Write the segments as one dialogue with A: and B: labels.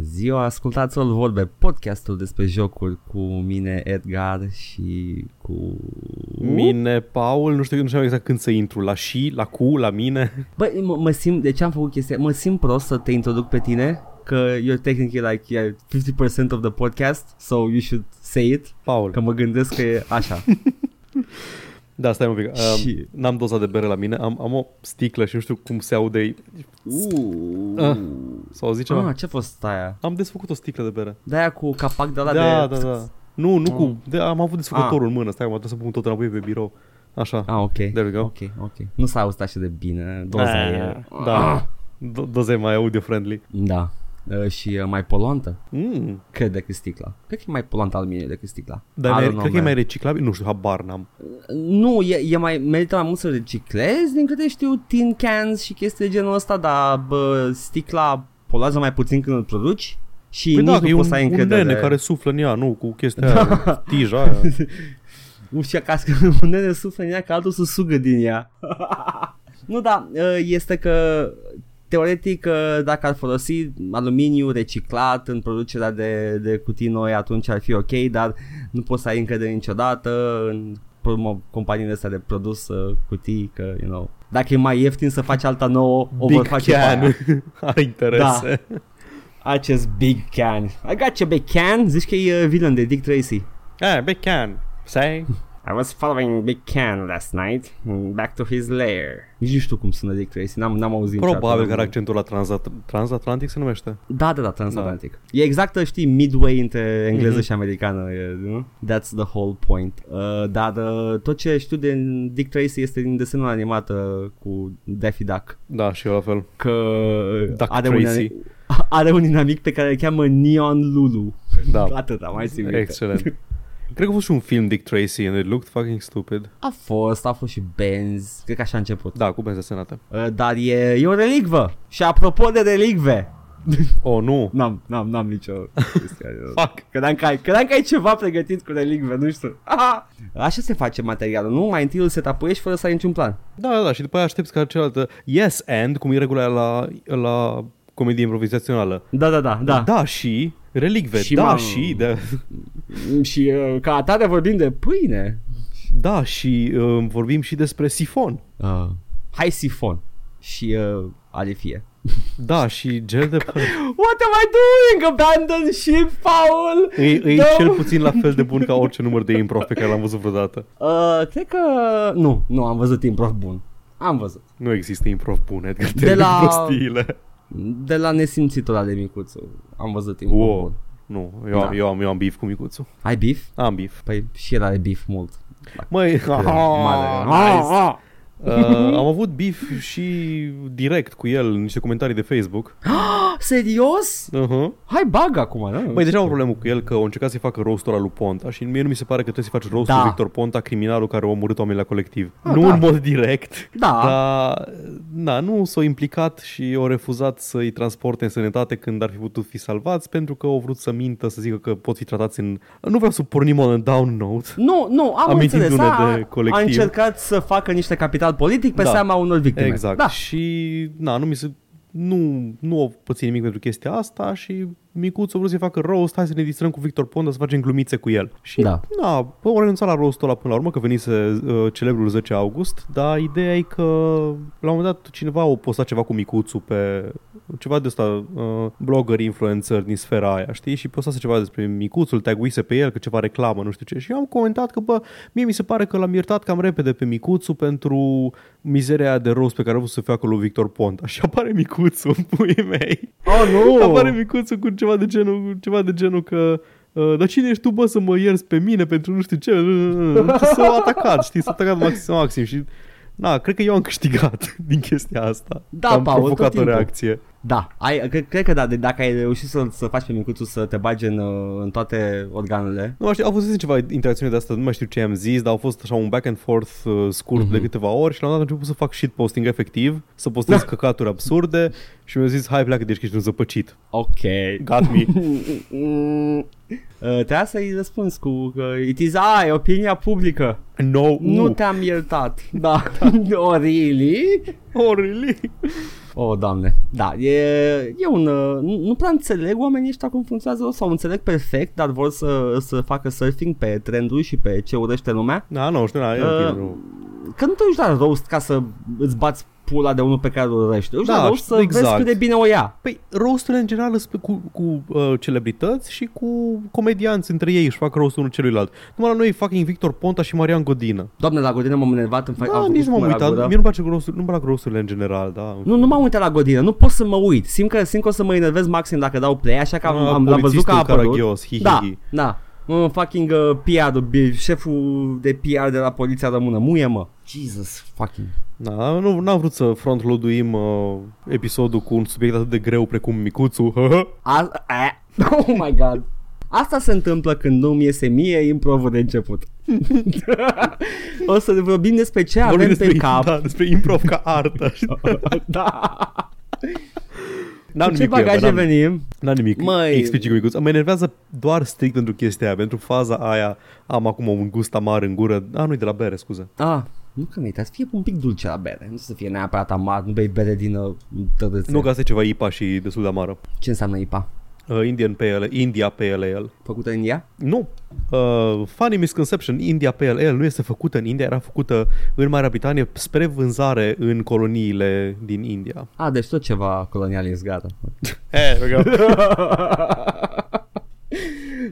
A: ziua, ascultați-o vorbe, podcastul despre jocuri cu mine, Edgar și cu...
B: Mine, Paul, nu știu, nu știu exact când să intru, la și, la cu, la mine.
A: Băi, mă, mă simt, de ce am făcut chestia? Mă simt prost să te introduc pe tine, că you're technically like you're 50% of the podcast, so you should say it,
B: Paul.
A: că mă gândesc că e așa.
B: Da, stai un pic. Um,
A: Și-
B: N-am doza de bere la mine, am, am o sticlă și nu știu cum se aude.
A: Uh.
B: Sau zice Ah, ceva.
A: Ah, ce a fost aia?
B: Am desfăcut o sticlă de bere.
A: De aia cu capac de la
B: da,
A: de...
B: da, da. Nu, nu
A: Ah.
B: cu... De, am avut desfăcătorul în mână. Stai, mă trebuie să pun tot înapoi pe birou. Așa.
A: Ah, ok.
B: There we go. Ah.
A: Ok, ok. Nu s-a auzit așa de bine. Doza Ah. e...
B: Da. Do- Doza e mai audio-friendly.
A: Da. Uh, și uh, mai poluantă,
B: Mm.
A: cred, decât sticla. Cred că e mai poluantă aluminiu decât sticla. I
B: Dar mai,
A: don't
B: cred
A: know,
B: că e
A: man. Păi
B: mai reciclabil. Nu știu, habar n-am.
A: Nu, e, e mai, merită mai mult să reciclezi, din câte știu, tin cans și chestii de genul ăsta, dar bă, sticla poluează mai puțin când îl produci și
B: Păi
A: nici
B: da, că
A: nu
B: e
A: poți
B: un,
A: să ai
B: un
A: încredere.
B: nene care suflă în ea, nu? Cu chestia aia, tija aia.
A: Uși acasă, un nene suflă în ea, că altul se sugă din ea. nu, da, este că teoretic ă, dacă ar folosi aluminiu reciclat în producerea de, de cutii noi, atunci ar fi ok, dar nu poți să ai încredere niciodată în promo- companiile astea de produs uh, cutii, că, you know, dacă e mai ieftin să faci alta nouă, o vor
B: Big
A: face Da. pe aia.
B: Can are interese.
A: Acest big can. I got you, big can. Zici că e uh, villain de Dick Tracy.
B: Da. Ah, Big Can. Sai?
A: I was following Big Can last night, mm, back to his lair. Nici nu știu cum sună Dick Tracy, n-am, n-am auzit
B: Probabil că
A: niciodată.
B: are accentul la transat- transatlantic se numește.
A: Da, da, da, transatlantic. Da. E exact, știi, midway între
B: Mhm.
A: engleză mm-hmm. și americană, e, nu? That's the whole point. Uh, dar uh, tot ce știu de Dick Tracy este din desenul animat uh, cu Daffy Duck.
B: Da, și eu la fel.
A: Că
B: Duck
A: are,
B: Tracy.
A: Un, are un inamic pe care îl cheamă Neon Lulu.
B: Da. Exact.
A: Atâta, mai țin minte.
B: Excelent. Cred că a fost și un film Dick Tracy and it looked fucking stupid.
A: A fost, a fost și Benz, cred că așa a început.
B: Da, cu benzi senate.
A: Uh, dar e, e o relicvă. Și apropo de relicve,
B: Oh, nu.
A: n-am, n-am, n-am nicio chestie.
B: Fuck.
A: Credeam că, ai, credeam că ai ceva pregătit cu relicve, nu știu. Aha! Așa se face materialul, nu? Mai întâi îl setapuiești fără să ai niciun plan.
B: Da, da, da, și după aia aștepți ca cealaltă Yes and, cum e regula la, la comedie improvizațională.
A: Da, da, da, da.
B: Da și relicve,
A: Și
B: da
A: m-am-
B: și da,
A: Și uh, ca atare vorbim de pâine.
B: da și uh, vorbim și despre sifon.
A: Uh, hai sifon. Și uh, alifie.
B: Da și gel de păr-
A: What am I doing? Abandon ship, Paul!
B: e, e
A: No!
B: cel puțin la fel de bun ca orice număr de improv pe care l-am văzut vreodată.
A: Uh, cred că... Nu, nu, am văzut improv bun. Am văzut.
B: Nu există improv bun, Edgar,
A: De
B: de
A: la-
B: la... prostiile.
A: De la nesimțitul ăla de micuțu Am văzut timpul
B: Wow.
A: bun.
B: Nu, eu,
A: Da.
B: da. eu, am, eu am beef cu micuțul.
A: Ai beef?
B: Am beef.
A: Păi și el are beef mult
B: Măi,
A: mare.
B: nice. Uh, am avut beef și direct cu el în niște comentarii de Facebook.
A: Ah, Serios?
B: Uh-huh.
A: Hai bag acum da?
B: Băi, Păi, deja am o problemă cu el că a încercat să-i facă roastul ăla lui Ponta și mie nu mi se pare că trebuie să faci roastul
A: Da.
B: da. Victor Ponta, criminalul care a omorât oamenii la colectiv.
A: Ah,
B: Ah, nu
A: da.
B: da. în mod direct,
A: Da.
B: dar na, nu s-a implicat și au refuzat să-i transporte în sănătate când ar fi putut fi salvați pentru că au vrut să mintă, să zică că pot fi tratați în... Nu vreau să pornim on a down note.
A: Nu, nu, am
B: Amintindu-ne
A: înțeles a,
B: de
A: a
B: colectiv.
A: încercat să facă niște capital politic pe da.
B: Da.
A: seama unor victime
B: Exact.
A: da.
B: Și, na, nu mi se... Nu, nu o pățit nimic pentru chestia asta și micuțul a vrut să-i facă roast, hai să ne distrăm cu Victor Ponta, să facem glumițe cu el. Și,
A: Da.
B: na, bă, au renunțat la rostul ăla până la urmă, că venise uh, celebrul 10 august, dar ideea e că la un moment dat cineva a postat ceva cu micuțul pe ceva de ăsta, uh, bloggeri, influențări din sfera aia, știi? Și postase ceva despre micuțul, taguise pe el că ceva reclamă, nu știu ce. Și eu am comentat că, bă, mie mi se pare că l-am iertat cam repede pe micuțul pentru mizeria de rost pe care a vrut să facă lui Victor Ponta. Și apare micuțul, puii mei.
A: Oh, nu!
B: Apare micuțul cu ceva de genul, cu ceva de genul că "Uh, dar cine ești tu, bă, să mă ierți pe mine pentru nu știu ce? S-au atacat, știi, s-au atacat maxim, maxim și... Na, cred că eu am câștigat din chestia asta.
A: Da,
B: Că am
A: Paul, tot
B: provocat o
A: timpul.
B: reacție.
A: Da, ai, cred, cred că da, de, dacă ai reușit să, să faci pe micuțul să te bage în, uh, în toate organele
B: Nu mai știu, au fost ceva interacțiuni de asta, nu mai știu ce am zis, dar au fost așa un back and forth uh, scurt
A: Mhm.
B: mm-hmm. de câteva ori și la un moment dat am început să fac shitposting efectiv, să
A: Da.
B: postez căcaturi absurde și mi-au zis, hai pleacă, deci că ești un zăpăcit.
A: Ok
B: Got me.
A: Mm, mm, Uh, trebuia să-i răspunzi cu că it is I, opinia publică.
B: No, uh.
A: Nu te-am iertat. Da. oh, really?
B: Oh, really?
A: Oh, doamne. Da, e, e un... uh, Nu, nu prea înțeleg oamenii ăștia cum funcționează sau înțeleg perfect, dar vor să, să facă surfing pe trenduri și pe ce urăște lumea.
B: Da, nu știu, da, e ok,
A: Uh,
B: nu.
A: Că nu te duci la roast ca să îți bați pula de unul pe care îl urăști. Te duci
B: Da,
A: la roast să
B: exact.
A: vezi cât de bine o ia.
B: Păi, roasturile în general sunt cu, cu uh, celebrități și cu comedianți între ei își fac roastul unul celuilalt. Numai la noi e fucking Victor Ponta și Marian Godină.
A: Doamne, la Godină m-am enervat în fac.
B: Da, nici nu m-am uitat. Mie nu-mi place roastul, nu-mi plac roasturile în general, da.
A: Nu, nu m-am uitat la Godină, nu pot să mă uit. Simt că, simt că o să mă enervez maxim dacă dau play, așa că am,
B: Ah,
A: am, l-am văzut că a
B: polițistul
A: apărut.
B: caragios, hi, hi,
A: da,
B: hi.
A: da. Mă, fucking uh, PR-ul, bi- șeful de PR de la poliția română, muie mă. Jesus fucking.
B: Da, nu, n-am vrut să frontloaduim uh, episodul cu un subiect atât de greu precum Micuțu.
A: A- a- oh my god. Asta se întâmplă când nu-mi iese mie improvul de început. o să vorbim despre ce
B: Vorbim
A: avem pe cap.
B: Da, despre improv ca artă.
A: da.
B: n-am
A: Cu ce
B: nimic cu ea,
A: bagaje
B: bă, n-am,
A: venim?
B: n-am nimic
A: Măi.
B: explicit cu Micuțu. Mă enervează doar strict pentru chestia aia, pentru faza aia. Am acum un gust amar în gură. A, nu de la bere, scuze.
A: Ah, nu că mi-ai să fie un pic dulce la bere, nu să fie neapărat amar, nu bei bere din uh, tărâțe.
B: Nu că asta e ceva IPA și destul de amară.
A: Ce înseamnă IPA?
B: Uh, Indian PLL, India PLL.
A: Făcută în ea?
B: Nu. Uh, funny misconception, India PLL nu este făcută în India, era făcută în Marea Britanie spre vânzare în coloniile din India.
A: A, deci tot ceva colonialist, gata.
B: Eh,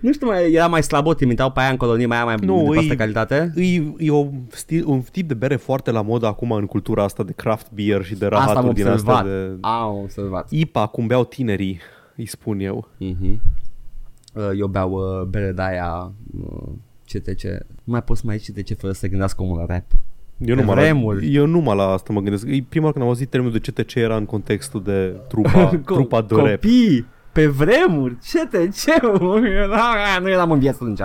A: nu știu, mai, era mai slabot, imitau pe aia în colonie, mai aia mai
B: Nu,
A: nu, de
B: îi-
A: e... calitate.
B: E, e o stil, un tip de bere foarte la modă acum în cultura asta de craft beer și de
A: Asta am
B: rahaturi din
A: observat.
B: asta de...
A: Am observat.
B: IPA, cum beau tinerii, îi spun eu.
A: Mhm. Uh, Eu beau uh, bere de aia uh, CTC. Nu mai poți să mai zici CTC fără să te gândească omul la rap.
B: Eu nu,
A: Vremuri.
B: la, eu nu mă la asta mă gândesc. E prima oară când am auzit termenul de CTC era în contextul de trupa,
A: Co-
B: trupa de rap.
A: Copii, pe vremuri, CTC-ul, da, nu eram în viață atunci.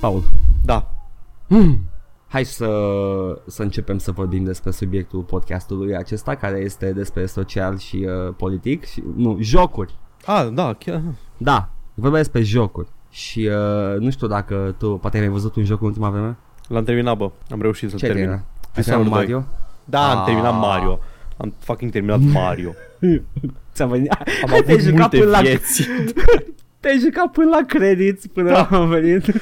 A: Paul,
B: Da.
A: Hai să, să începem să vorbim despre subiectul podcastului acesta care este despre social și uh, politic și nu, jocuri.
B: A, da, chiar.
A: Da, vorbim despre jocuri. Și uh, nu știu dacă tu poate ai mai văzut un joc în ultima vreme?
B: L-am terminat, bă. Am reușit să-l
A: Ce
B: termin.
A: terminat? Ai
B: Dishonored
A: terminat
B: 2.
A: Mario?
B: Da, am
A: Ah.
B: terminat Mario. Am fucking terminat Mario.
A: Ți-am venit.
B: Am
A: Hai, te-ai
B: avut
A: jucat
B: multe
A: până la
B: vieți.
A: te-ai jucat până la credit până da. am venit.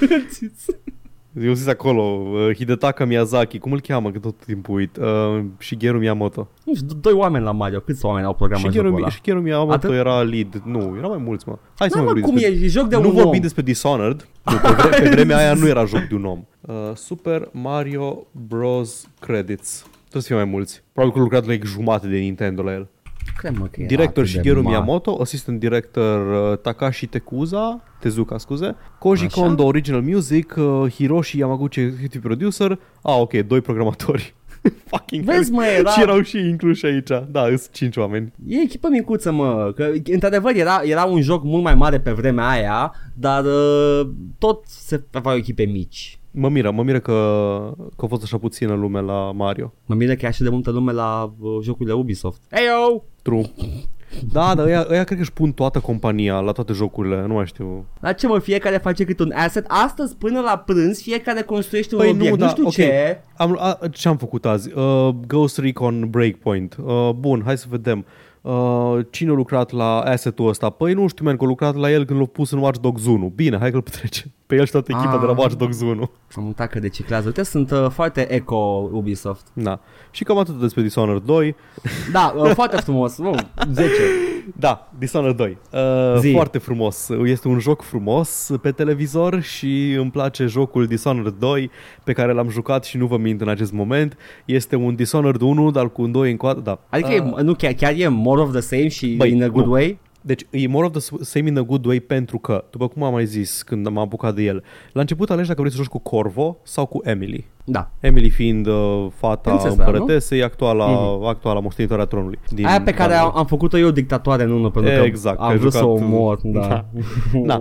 B: Eu zis acolo, uh, Hidetaka Miyazaki, cum îl cheamă, că tot timpul uit, uh, Shigeru Miyamoto.
A: nu știu, doi oameni la Mario, câți oameni au programat jocul
B: Shigeru,
A: ăla?
B: Shigeru Miyamoto
A: Atât?
B: era lead, nu, erau mai mulți, mă. Hai să
A: Da,
B: nu
A: mă,
B: vorbim
A: cum
B: despre...
A: e, e joc de
B: nu
A: un
B: vorbim
A: om.
B: despre Dishonored, nu, pe, vre- pe vremea aia nu era joc de un om. Uh, Super Mario Bros. Credits. Trebuie să fie mai mulți. Probabil că lucrat like jumate de Nintendo la el.
A: Cred, mă, că era
B: Director
A: atât de
B: Shigeru
A: mare.
B: Miyamoto, assistant director uh, Takashi Tekuza, Tezuka, scuze, Koji
A: Așa.
B: Kondo, original music, uh, Hiroshi Yamaguchi, executive producer. Ah, ok, doi programatori. Fucking
A: Vezi,
B: hell.
A: mă, era-
B: Și erau și ei incluși aici. Da, sunt cinci oameni.
A: E echipă micuță, mă, că într-adevăr era, era un joc mult mai mare pe vremea aia, dar uh, tot se aveau echipe mici.
B: Mă miră, mă miră că, că a fost așa puțină lume la Mario.
A: Mă miră că e așa de multă lume la uh, jocurile Ubisoft. Eyo!
B: True. Da, dar ăia, ăia cred că își pun toată compania la toate jocurile, nu mai știu.
A: La ce mă, fiecare face cât un asset. Astăzi, până la prânz, fiecare construiește un
B: Păi
A: obiect.
B: nu,
A: Nu,
B: da,
A: știu
B: ok.
A: ce.
B: Am, a, ce-am făcut azi? Uh, Ghost Recon Breakpoint. Uh, bun, hai să vedem. Uh, cine a lucrat la asset-ul ăsta? Păi nu știu, man, că a lucrat la el când l-a pus în Watch Dogs 1. Bine, hai că-l petrece. Pe el și toată echipa
A: Ah.
B: de la Watch Dogs 1.
A: Am uitat că deciclează. Uite, sunt uh, foarte eco Ubisoft.
B: Da. Și cam atât despre Dishonored 2.
A: Da, uh, foarte frumos. Uh, 10.
B: Da, Dishonored 2. Uh,
A: Zi.
B: foarte frumos. Este un joc frumos pe televizor și îmi place jocul Dishonored 2 pe care l-am jucat și nu vă mint în acest moment. Este un Dishonored 1, dar cu un 2 în coadă. Da.
A: Adică, e, nu, chiar, chiar e more of the same și
B: Băi,
A: in a good
B: nu.
A: way.
B: Deci e more of the same in a good way pentru că, după cum am mai zis când m-am apucat de el, la început alegi dacă vrei să joci cu Corvo sau cu Emily.
A: Da.
B: Emily fiind uh, fata
A: Prințesa, Mhm.
B: împărătesei, actuala, mm-hmm. actuala moștenitoare a tronului. Din
A: Aia pe care
B: Doamne.
A: am, am făcut-o eu dictatoare în unul pentru că
B: Exact, că
A: am
B: ai
A: vrut să o
B: jucat-
A: omor. Da.
B: Da. Na,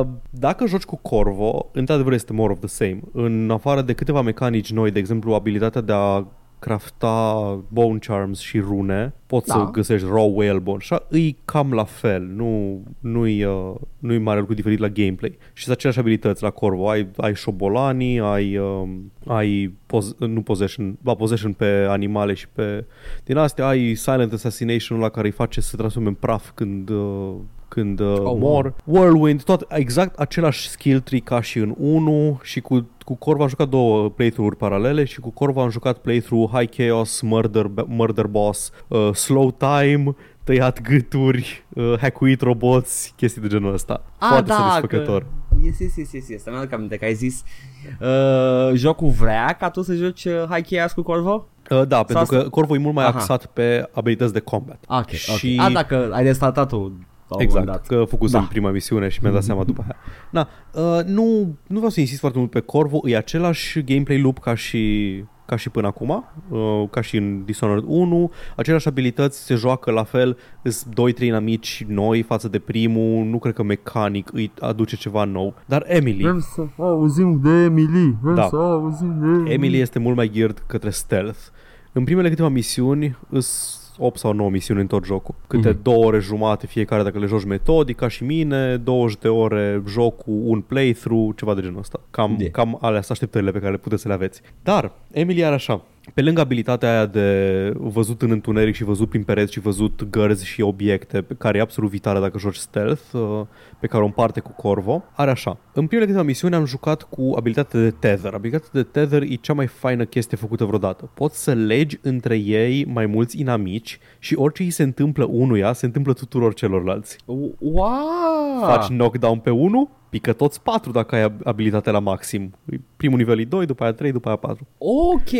B: uh, dacă joci cu Corvo, într-adevăr este more of the same. În afară de câteva mecanici noi, de exemplu, abilitatea de a crafta bone charms și rune, poți
A: Da.
B: da. să găsești raw whalebone și îi cam la fel, nu, nu-i, uh, nu-i mare lucru diferit la gameplay. Și sunt aceleași abilități la Corvo, ai, ai șobolanii, ai, um, ai pos- nu possession, ba possession pe animale și pe din astea, ai silent assassination la care îi face să se transforme în praf când uh, când uh,
A: wow.
B: oh, mor. Whirlwind, tot exact același skill tree ca și în 1 și cu, cu Corva am jucat două playthrough-uri paralele și cu Corva am jucat playthrough High Chaos, Murder, Murder Boss, uh, Slow Time, tăiat gâturi, uh, hackuit roboți, chestii de genul ăsta.
A: A,
B: Foarte
A: da,
B: satisfăcător.
A: Că... Yes, yes, yes, yes, yes. Îmi aduc aminte că ai zis uh, jocul vrea ca tu să joci uh, High Chaos cu Corvo?
B: Uh, da, pentru
A: asta-
B: că Corvo e mult mai
A: Aha.
B: axat pe abilități de combat.
A: Ah, ok,
B: Și-
A: ok. A, dacă ai restartat-o la un moment
B: Exact,
A: dat.
B: că făcusem
A: Da.
B: da. prima misiune și mi-am dat seama după aia. Na, uh, nu, nu vreau să insist foarte mult pe Corvo, e același gameplay loop ca și, ca și până acum, uh, ca și în Dishonored 1, aceleași abilități se joacă la fel, sunt 2-3 inamici noi față de primul, nu cred că mecanic îi aduce ceva nou, dar Emily,
A: să auzim de Emily, vrem
B: Da. să
A: auzim de
B: Emily este mult mai geared către stealth. În primele câteva misiuni îs 8 sau 9 misiuni în tot jocul. Câte
A: Mhm.
B: mm-hmm. două ore jumate fiecare dacă le joci metodic, ca și mine, 20 de ore jocul, un playthrough, ceva de genul ăsta. Cam,
A: Yeah.
B: yeah. cam alea sunt așteptările pe care le puteți să le aveți. Dar Emily are așa, pe lângă abilitatea aia de văzut în întuneric și văzut prin pereți și văzut gărzi și obiecte, pe care e absolut vitală dacă joci stealth, uh, pe care o împarte cu Corvo, are așa. În primele câteva misiuni am jucat cu abilitatea de tether. Abilitatea de tether e cea mai faină chestie făcută vreodată. Poți să legi între ei mai mulți inamici și orice îi se întâmplă unuia, se întâmplă tuturor celorlalți.
A: Wow!
B: Faci knockdown pe unul, pică toți patru dacă ai abilitatea la maxim. Primul nivel e 2, după aia 3, după aia 4
A: Ok!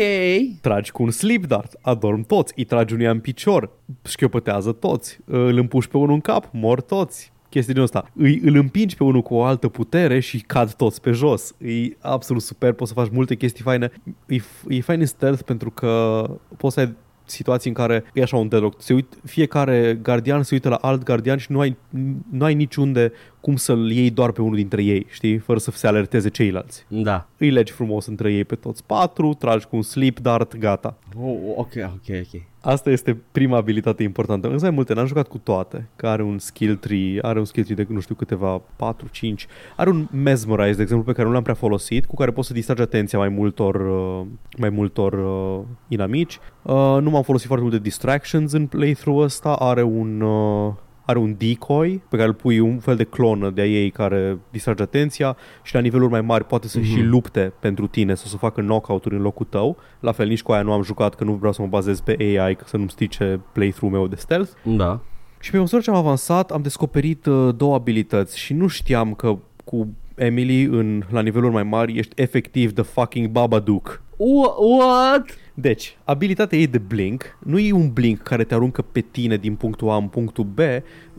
B: tragi cu un sleep dart, adorm toți, îi tragi unuia în picior, șchiopătează toți, îl împuși pe unul în cap, mor toți chestii din ăsta. Îi, îl împingi pe unul cu o altă putere și cad toți pe jos. E absolut super, poți să faci multe chestii faine. E, f- e fain în stealth pentru că poți să ai situații în care e așa un deadlock. Se uit, fiecare gardian se uită la alt gardian și nu ai, nu ai niciunde cum să-l iei doar pe unul dintre ei, știi? Fără să se alerteze ceilalți
A: Da.
B: îi legi frumos între ei pe toți patru, tragi cu un slip dart, gata.
A: Oh, ok, ok, ok.
B: Asta este prima abilitate importantă. Însă ai multe, n-am jucat cu toate, că are un skill tree, are un skill tree de, nu știu, câteva, 4, 5. Are un mesmerize, de exemplu, pe care nu l-am prea folosit, cu care poți să distragi atenția mai multor, uh, mai multor uh, inamici. Uh, Nu m-am folosit foarte multe distractions în playthrough-ul ăsta, are un... uh, are un decoy pe care îl pui un fel de clonă de a ei care distrage atenția și la niveluri mai mari poate să mm-hmm. și lupte pentru tine sau să facă knockout-uri în locul tău. La fel nici cu aia nu am jucat că nu vreau să mă bazez pe AI ca să nu-mi strice playthrough-ul meu de stealth.
A: Da.
B: Și pe măsură ce am avansat am descoperit uh, două abilități și nu știam că cu Emily în, la niveluri mai mari ești efectiv the fucking Babadook.
A: Wha- What?
B: Deci, abilitatea ei de blink nu e un blink care te aruncă pe tine din punctul A în punctul B,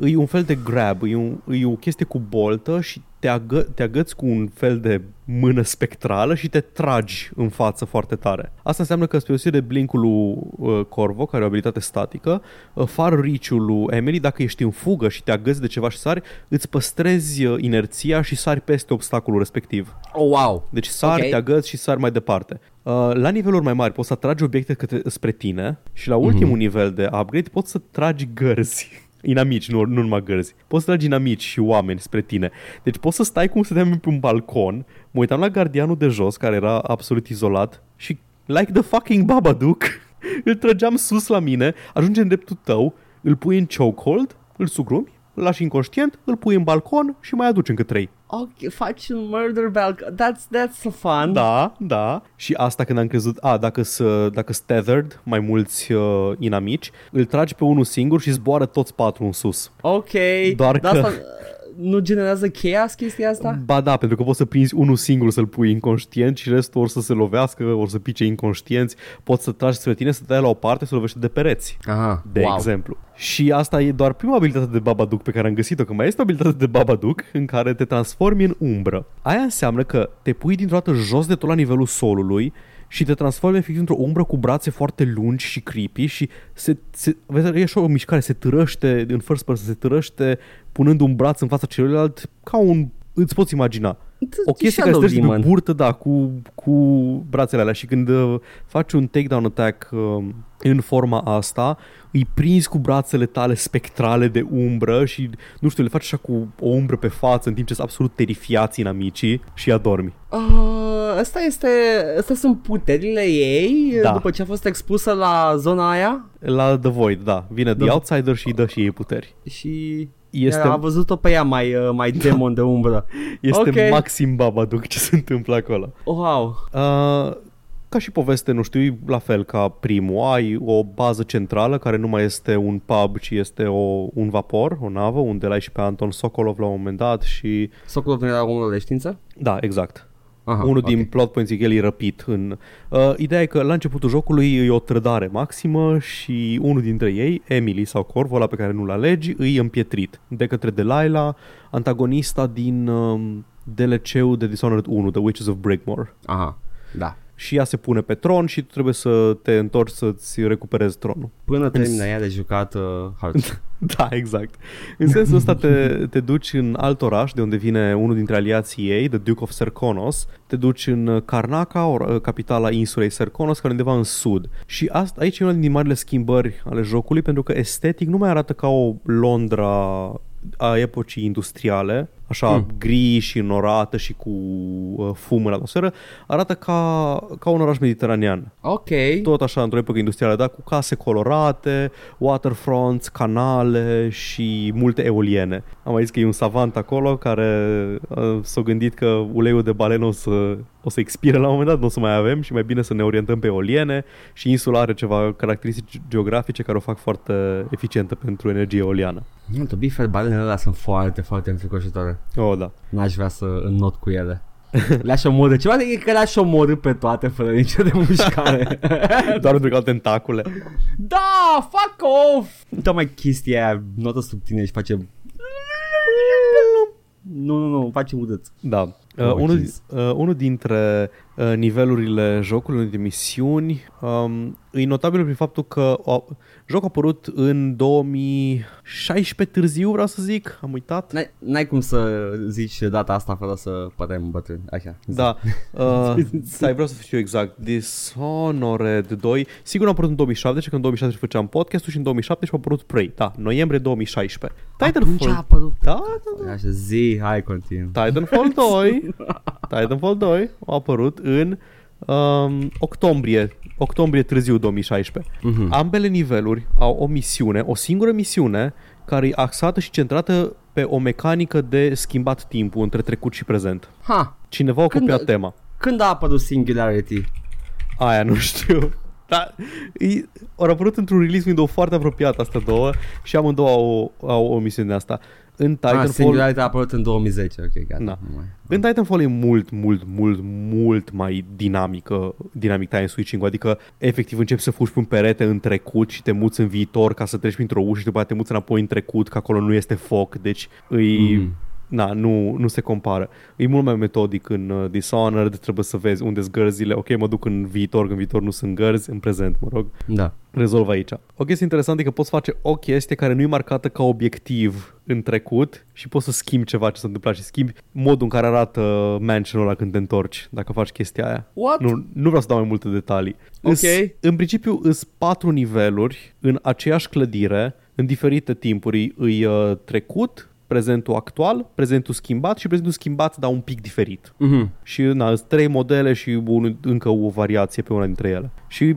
B: e un fel de grab, e, un, e o chestie cu boltă și te, agă, te agăți cu un fel de mână spectrală și te tragi în față foarte tare. Asta înseamnă că spre deosebire de blinkul lui uh, Corvo, care are o abilitate statică, uh, far reach-ul lui Emily, dacă ești în fugă și te agăți de ceva și sari, îți păstrezi uh, inerția și sari peste obstacolul respectiv.
A: Oh, wow!
B: Deci sari,
A: Ok.
B: okay. te agăți și sari mai departe. Uh, la niveluri mai mari poți să atragi obiecte către, spre tine și la ultimul mm-hmm. nivel de upgrade poți să tragi gărzi. Inamici, nu, nu numai gărzi. Poți să tragi inamici și oameni spre tine. Deci poți să stai cum stăteam eu pe un balcon. Mă uitam la gardianul de jos, care era absolut izolat și like the fucking Babadook, îl trăgeam sus la mine, ajunge în dreptul tău, îl pui în chokehold, îl sugrumi, îl lași inconștient, îl pui în balcon și mai aduci încă trei.
A: Ok, faci un murder balcon. That's, that's so fun.
B: Da, da. Și asta când am crezut, a, dacă sunt dacă tethered, mai mulți uh, inamici, îl tragi pe unul singur și zboară toți patru în sus.
A: Ok.
B: Doar
A: Dar
B: că-
A: Asta, uh, nu generează chaos chestia asta?
B: Ba da, pentru că poți să prinzi unul singur să-l pui inconștient și restul ori să se lovească, ori să pice inconștienți, poți să tragi spre tine, să te dai la o parte, să lovește de pereți.
A: Aha,
B: de exact. wow. exemplu. Și asta e doar prima abilitate de Babadook pe care am găsit-o, că mai este o abilitate de Babadook în care te transformi în umbră. Aia înseamnă că te pui dintr-o dată jos de tot la nivelul solului și te transformi efectiv într-o umbră cu brațe foarte lungi și creepy și se, se, vezi, e așa o mișcare, se târăște în first person, se târăște punând un braț în fața celuilalt ca un, îți poți imagina, o chestie care stă pe burtă, da, cu, cu brațele alea și când uh, faci un takedown attack uh, în forma asta, îi prinzi cu brațele tale spectrale de umbră și, nu știu, le faci așa cu o umbră pe față în timp ce sunt absolut terifiați inamicii și adormi.
A: Uh, asta este, astea sunt puterile ei uh,
B: Da.
A: după ce a fost expusă la zona aia
B: La The Void, da, vine The
A: Da.
B: Outsider și îi dă și ei puteri.
A: și
B: Este, Da.
A: a văzut-o pe ea mai, uh, mai demon de umbră.
B: este
A: ok.
B: maxim Babadook ce se întâmplă acolo.
A: Wow.
B: Uh, ca și poveste, nu știu, e la fel ca primul, ai o bază centrală care nu mai este un pub, ci este o, un vapor, o navă, unde l-ai și pe Anton Sokolov la un moment dat și...
A: Socolov nu era omul de știință?
B: Da, exact.
A: Aha,
B: Unul
A: ok.
B: din plot points e că el e răpit în... Uh, ideea e că la începutul jocului e o trădare maximă și unul dintre ei, Emily sau Corvo, ăla pe care nu-l alegi, îi împietrit de către Delilah, antagonista din uh, DLC-ul de Dishonored 1, The Witches of Breakmore
A: Aha, da.
B: și ea se pune pe tron și tu trebuie să te întorci să-ți recuperezi tronul.
A: Până termină ea de jucat uh, Hearts.
B: Da, exact. În sensul ăsta te, te duci în alt oraș de unde vine unul dintre aliații ei, The Duke of Serconos, te duci în Karnaca, or, ă, capitala insulei Serconos, care e undeva în sud. Și asta, aici e una din marile schimbări ale jocului, pentru că estetic nu mai arată ca o Londra a epocii industriale, așa mm. gri și înorată și cu uh, fum în atmosferă, arată ca, ca un oraș mediteranean
A: ok.
B: tot așa într-o epocă industrială, dar cu case colorate, waterfronts, canale și multe eoliene. Am mai zis că e un savant acolo care uh, s-a gândit că uleiul de balen o să, o să expire la un moment dat, nu o să mai avem și mai bine să ne orientăm pe eoliene și insula are ceva caracteristici geografice care o fac foarte eficientă pentru energie eoliană.
A: Nu, to be fair, balenele alea sunt foarte, foarte înfricoșitoare.
B: Oh, da.
A: N-aș vrea să înnot cu ele. Le-aș omorâ. Ceva de că le-aș omorâ pe toate fără nicio de mușcare.
B: Doar pentru că au tentacule.
A: da, fuck off! Tocmai chestia aia, notă subține și face... Nu, nu, nu, face urât.
B: Da. Uh,
A: Oh,
B: unul,
A: jeez.
B: uh, unul dintre uh, nivelurile jocului, unul dintre misiuni, um, e notabil prin faptul că o, jocul a apărut în 2016 târziu, vreau să zic, am uitat.
A: N-ai, n-ai cum să zici data asta fără să părem bătrâni. Așa.
B: Da, uh, stai, vreau să fiu exact, Dishonored 2, sigur a apărut în 2007, și că în 2016 făceam podcastul și în 2017 a apărut Prey, da, noiembrie 2016.
A: Atunci a
B: Titanfall,
A: apărut.
B: da, da, da,
A: Așa, zi, hai, continuu.
B: Titanfall 2
A: Da.
B: Titanfall 2 a apărut în um, octombrie octombrie târziu 2016
A: Mhm.
B: ambele niveluri au o misiune o singură misiune care e axată și centrată pe o mecanică de schimbat timpul între trecut și prezent
A: Ha,
B: cineva a
A: Când-
B: copiat tema
A: când a apărut Singularity?
B: aia nu știu da, e- au apărut într-un release window foarte apropiat astea două și amândouă au, au o misiune de asta în
A: Ah,
B: Titanfall
A: Singularity a apărut în 2010, ok, gata.
B: Da.
A: nu mai.
B: În Titanfall e mult, mult, mult, mult mai dinamică, dinamic time switching adică efectiv începi să fugi pe un perete în trecut și te muți în viitor ca să treci printr-o ușă și după aia te muți înapoi în trecut, că acolo nu este foc, deci îi... Mm. Na, nu, nu se compară. E mult mai metodic în uh, Dishonored, trebuie să vezi unde sunt gărzile. Ok, mă duc în viitor, că în viitor nu sunt gărzi, în prezent, mă rog
A: Da.
B: rezolv aici. O chestie interesantă e că poți face o chestie care nu e marcată ca obiectiv în trecut și poți să schimbi ceva ce s-a întâmplat și schimbi modul în care arată mansionul ăla când te întorci, dacă faci chestia aia.
A: What?
B: Nu, nu vreau să dau mai multe detalii.
A: Ok.
B: Îs- în principiu îs patru niveluri în aceeași clădire, în diferite timpuri. Îi uh, trecut, prezentul actual, prezentul schimbat și prezentul schimbat, dar un pic diferit.
A: Mhm.
B: Și na, sunt trei modele și un, încă o variație pe una dintre ele. Și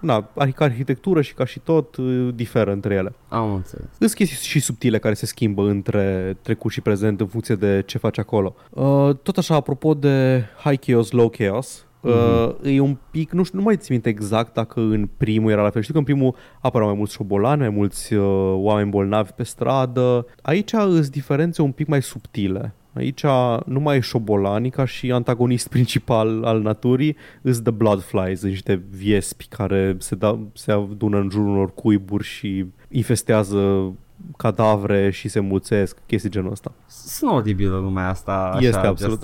B: na, arhi- ca arhitectură și ca și tot uh, diferă între ele.
A: Am înțeles.
B: Sunt chestii și subtile care se schimbă între trecut și prezent în funcție de ce faci acolo. Uh, tot așa, apropo de high chaos, low chaos, Uh, e un pic, nu știu, nu mai țin minte exact dacă în primul era la fel. Știu că în primul apărau mai mulți șobolani, mai mulți uh, oameni bolnavi pe stradă. Aici sunt diferențe un pic mai subtile. Aici nu mai e șobolani ca și antagonist principal al naturii, îs The Bloodflies, sunt niște viespi care se, da, se adună în jurul unor cuiburi și infestează cadavre și se muțesc, chestii genul ăsta.
A: Sună oribilă lumea asta. Așa,
B: Este absolut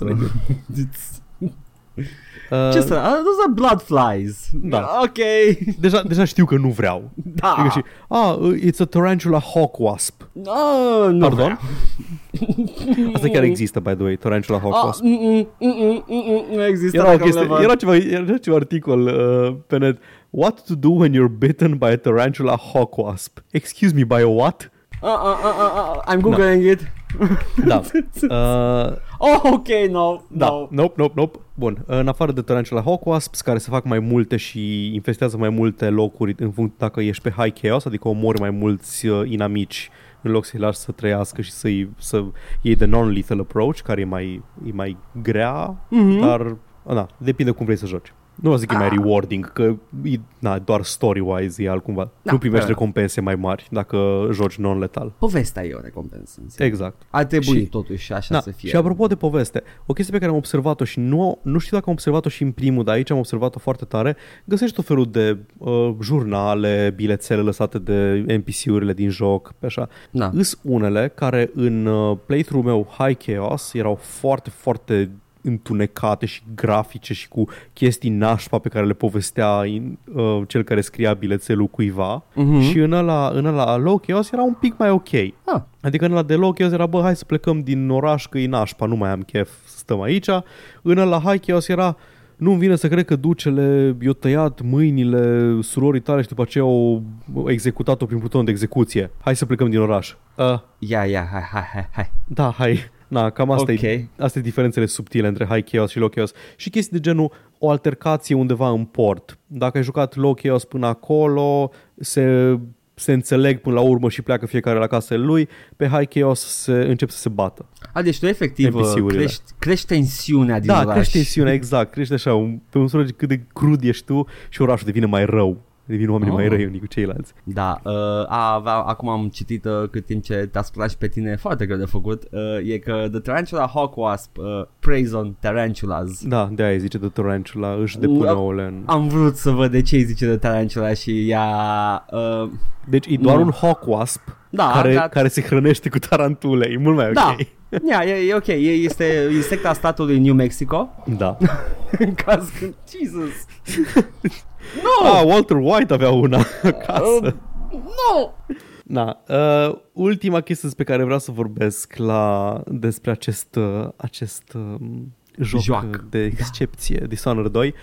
A: just- Uh, Ce să... A dus la Bloodflies.
B: Da.
A: Ok.
B: Deja, deja știu că nu vreau.
A: Da.
B: Adică și, ah, it's a tarantula hawk wasp.
A: No, nu vreau.
B: Pardon? Asta chiar există, by the way, tarantula hawk
A: Ah,
B: wasp.
A: mm, mm, mm, mm, mm, nu există
B: Era, o
A: dacă nu
B: chestie,
A: le văd.
B: era, ceva, era ceva articol uh, pe net. What to do when you're bitten by a tarantula hawk wasp? Excuse me, by a what?
A: Ah, ah, ah, ah, ah, I'm googling it.
B: Da. Uh,
A: Oh, ok, no.
B: Da,
A: no.
B: nope, nope, nope. Bun, în afară de tarantula hawk wasps, care se fac mai multe și infestează mai multe locuri în funcție dacă ești pe high chaos, adică omori mai mulți uh, inamici în loc să-i lași să trăiască și să-i, să iei de non-lethal approach, care e mai, e mai grea,
A: Mhm.
B: mm-hmm. dar a, na, depinde cum vrei să joci. Nu o zic că
A: Ah.
B: e mai rewarding, că e, na, doar story-wise e altcumva.
A: Da,
B: nu primești
A: da.
B: recompense mai mari dacă joci non-letal.
A: Povestea e o recompensă. în sine.
B: Exact.
A: Ar trebui
B: Și- Da.
A: totuși așa să fie.
B: Și apropo de poveste, o chestie pe care am observat-o și nu, nu știu dacă am observat-o și în primul, dar aici am observat-o foarte tare, găsești tot felul de uh, jurnale, bilețele lăsate de NPC-urile din joc, pe așa.
A: Da.
B: Îs unele care în uh, playthrough-ul meu High Chaos erau foarte, foarte întunecate și grafice și cu chestii nașpa pe care le povestea in, uh, cel care scria bilețelul cuiva
A: Mhm.
B: uh-huh. și în ăla, în ăla Low Chaos era un pic mai ok.
A: Ah.
B: Adică în ăla de low chaos era, bă, hai să plecăm din oraș că e nașpa, nu mai am chef să stăm aici. În ăla high chaos era, nu-mi vine să cred că ducele i-a tăiat mâinile surorii tale și după aceea au executat-o prin pluton de execuție. Hai să plecăm din oraș. Uh,
A: Ia, ia, hai, hai, hai, hai.
B: da, hai. Na, cam asta
A: Ok.
B: e astea e diferențele subtile între high chaos și low chaos. Și chestii de genul o altercație undeva în port. Dacă ai jucat low chaos până acolo, se, se înțeleg până la urmă și pleacă fiecare la casele lui, pe high chaos se încep să se bată.
A: A, deci tu efectiv
B: NPC-urile.
A: crești, crești tensiunea din
B: da,
A: oraș.
B: crește tensiunea, exact, crește așa, un- pe măsură cât de crud ești tu și orașul devine mai rău. Devin oamenii
A: Oh.
B: mai răi unii cu ceilalți.
A: Da, uh, a avea, acum am citit uh, cât timp ce te-a spus și pe tine, foarte greu de făcut, uh, e că The Tarantula Hawk Wasp uh, preys on tarantulas.
B: Da, de aia îi zice de tarantula, își depune
A: Ua-
B: ouăle în...
A: Am vrut să văd de ce îi zice de tarantula și ea... Uh,
B: Deci e doar
A: Nu.
B: un hawk wasp
A: Da,
B: care,
A: da.
B: care se hrănește cu tarantule, e mult mai
A: da,
B: ok.
A: yeah, e, e ok, e, este insecta statului New Mexico,
B: Da.
A: în caz când... Jesus!
B: No! Ah, Walter White avea una acasă.
A: Uh, no!
B: Na, uh, ultima chestie despre care vreau să vorbesc la despre acest, uh, acest uh, joc
A: Joacă.
B: de excepție, da. Dishonored 2,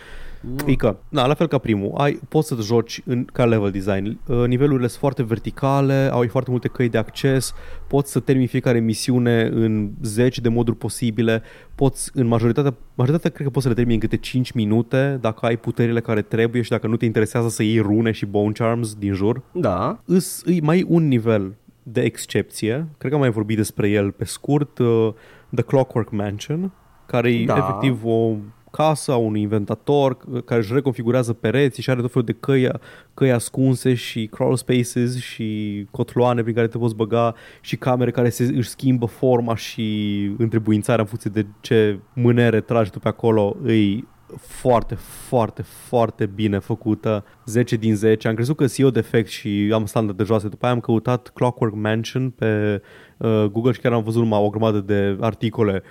B: e că, na, la fel ca primul, ai, poți să-ți joci în, ca level design. Uh, nivelurile sunt foarte verticale, au foarte multe căi de acces, poți să termini fiecare misiune în zeci de moduri posibile, poți, în majoritatea, majoritatea cred că poți să le termini în câte 5 minute, dacă ai puterile care trebuie și dacă nu te interesează să iei rune și bone charms din jur
A: Da,
B: îs, îi mai un nivel de excepție, cred că am mai vorbit despre el pe scurt, uh, The Clockwork Mansion, care e
A: Da.
B: efectiv o casă a unui inventator c- care își reconfigurează pereții și are tot felul de căi, căi ascunse și crawl spaces și cotloane prin care te poți băga și camere care se, își schimbă forma și întrebuințarea în funcție de ce mânere tragi tu pe acolo îi foarte, foarte, foarte bine făcută, 10 din 10. Am crezut că CEO defect și am standarde joase. După aia am căutat Clockwork Mansion pe uh, Google și chiar am văzut numai o grămadă de articole.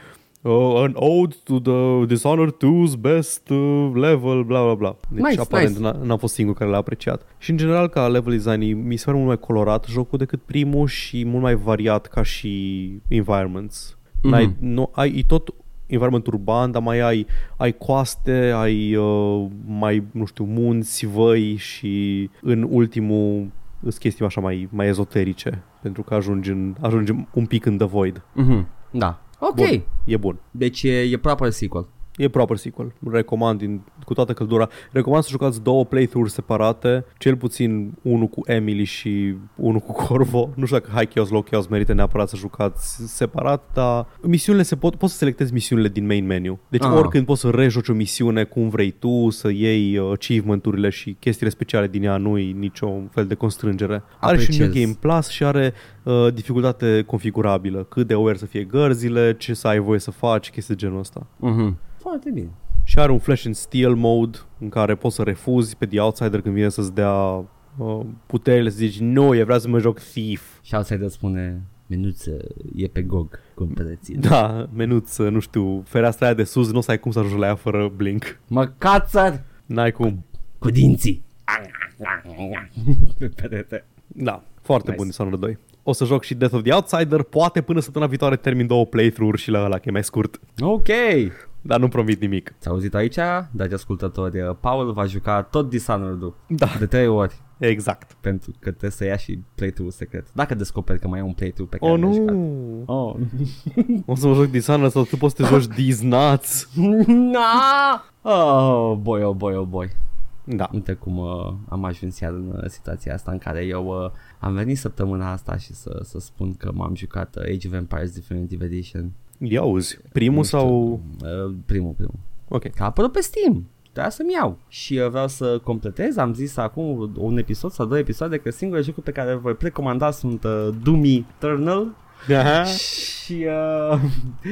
B: Uh, an ode to the Dishonored 2's best uh, level, bla bla bla. Deci
A: Nice,
B: aparent
A: nice.
B: n- n-am fost singur care l-a apreciat. Și în general ca level design mi se pare mult mai colorat jocul decât primul și mult mai variat ca și environments.
A: Mhm.
B: N-ai, nu, ai, e tot environment urban, dar mai ai, ai coaste, ai uh, mai, nu știu, munți, văi și în ultimul sunt chestii așa mai, mai ezoterice, pentru că ajungi, în, ajungi un pic în The Void.
A: mhm, da. Ok,
B: Bun, e bun.
A: deci e, e proper sequel.
B: E proper sequel. Recomand din, cu toată căldura. Recomand să jucați două playthrough-uri separate, cel puțin unul cu Emily și unul cu Corvo. Nu știu dacă High Chaos, Low Chaos merită neapărat să jucați separat, dar misiunile se pot, poți să selectezi misiunile din main menu. Deci
A: Ah.
B: ah. oricând poți să rejoci o misiune cum vrei tu, să iei uh, achievement-urile și chestiile speciale din ea, nu e niciun fel de constrângere. Are și New
A: Apreciez.
B: Game Plus și are uh, dificultate configurabilă, cât de aware să fie gărzile, ce să ai voie să faci, chestii de genul ăsta.
A: Mhm. Foarte bine.
B: Și are un flash and steel mode în care poți să refuzi pe The Outsider când vine să-ți dea uh, puterile, să zici nu, eu vreau să mă joc Thief.
A: Și asta îi spune Menuță e pe GOG competiție.
B: Da, menuță, nu știu, fereastra aia de sus, nu o să ai cum să ajungi la ea fără blink.
A: Mă cațăr
B: N-ai cum.
A: cu dinții. Pe perete.
B: Da, foarte
A: Nice.
B: nice. bun Dishonored 2. O să joc și Death of the Outsider, poate până săptămâna viitoare termin două playthrough-uri și la ăla, că e mai scurt.
A: Ok.
B: Dar nu promit nimic.
A: Ți-a auzit aici, dragi ascultători, Paul va juca tot Dishonored-ul
B: Da,
A: de 3 ori.
B: exact.
A: Pentru că trebuie să ia și playthrough secret. Dacă descoperi că mai e un playthrough pe care
B: Oh,
A: l-ai
B: nu!
A: jucat. Oh,
B: O să mă joc Dishonored sau tu poți să te joci These Nuts.
A: Na! Oh, boy, oh, boy, oh, boy.
B: Da.
A: Uite cum uh, am ajuns iar în uh, situația asta în care eu uh, am venit săptămâna asta și să, să spun că m-am jucat uh, Age of Empires Definitive Edition.
B: Ia uzi. Primul sau...
A: Uh, primul, primul.
B: Ok.
A: Că a apărut pe Steam. Trebuia să-mi iau. Și uh, vreau să completez. Am zis acum un episod sau două episoade că singurele jocuri pe care le voi precomanda sunt uh, Doom Eternal
B: Aha.
A: și uh,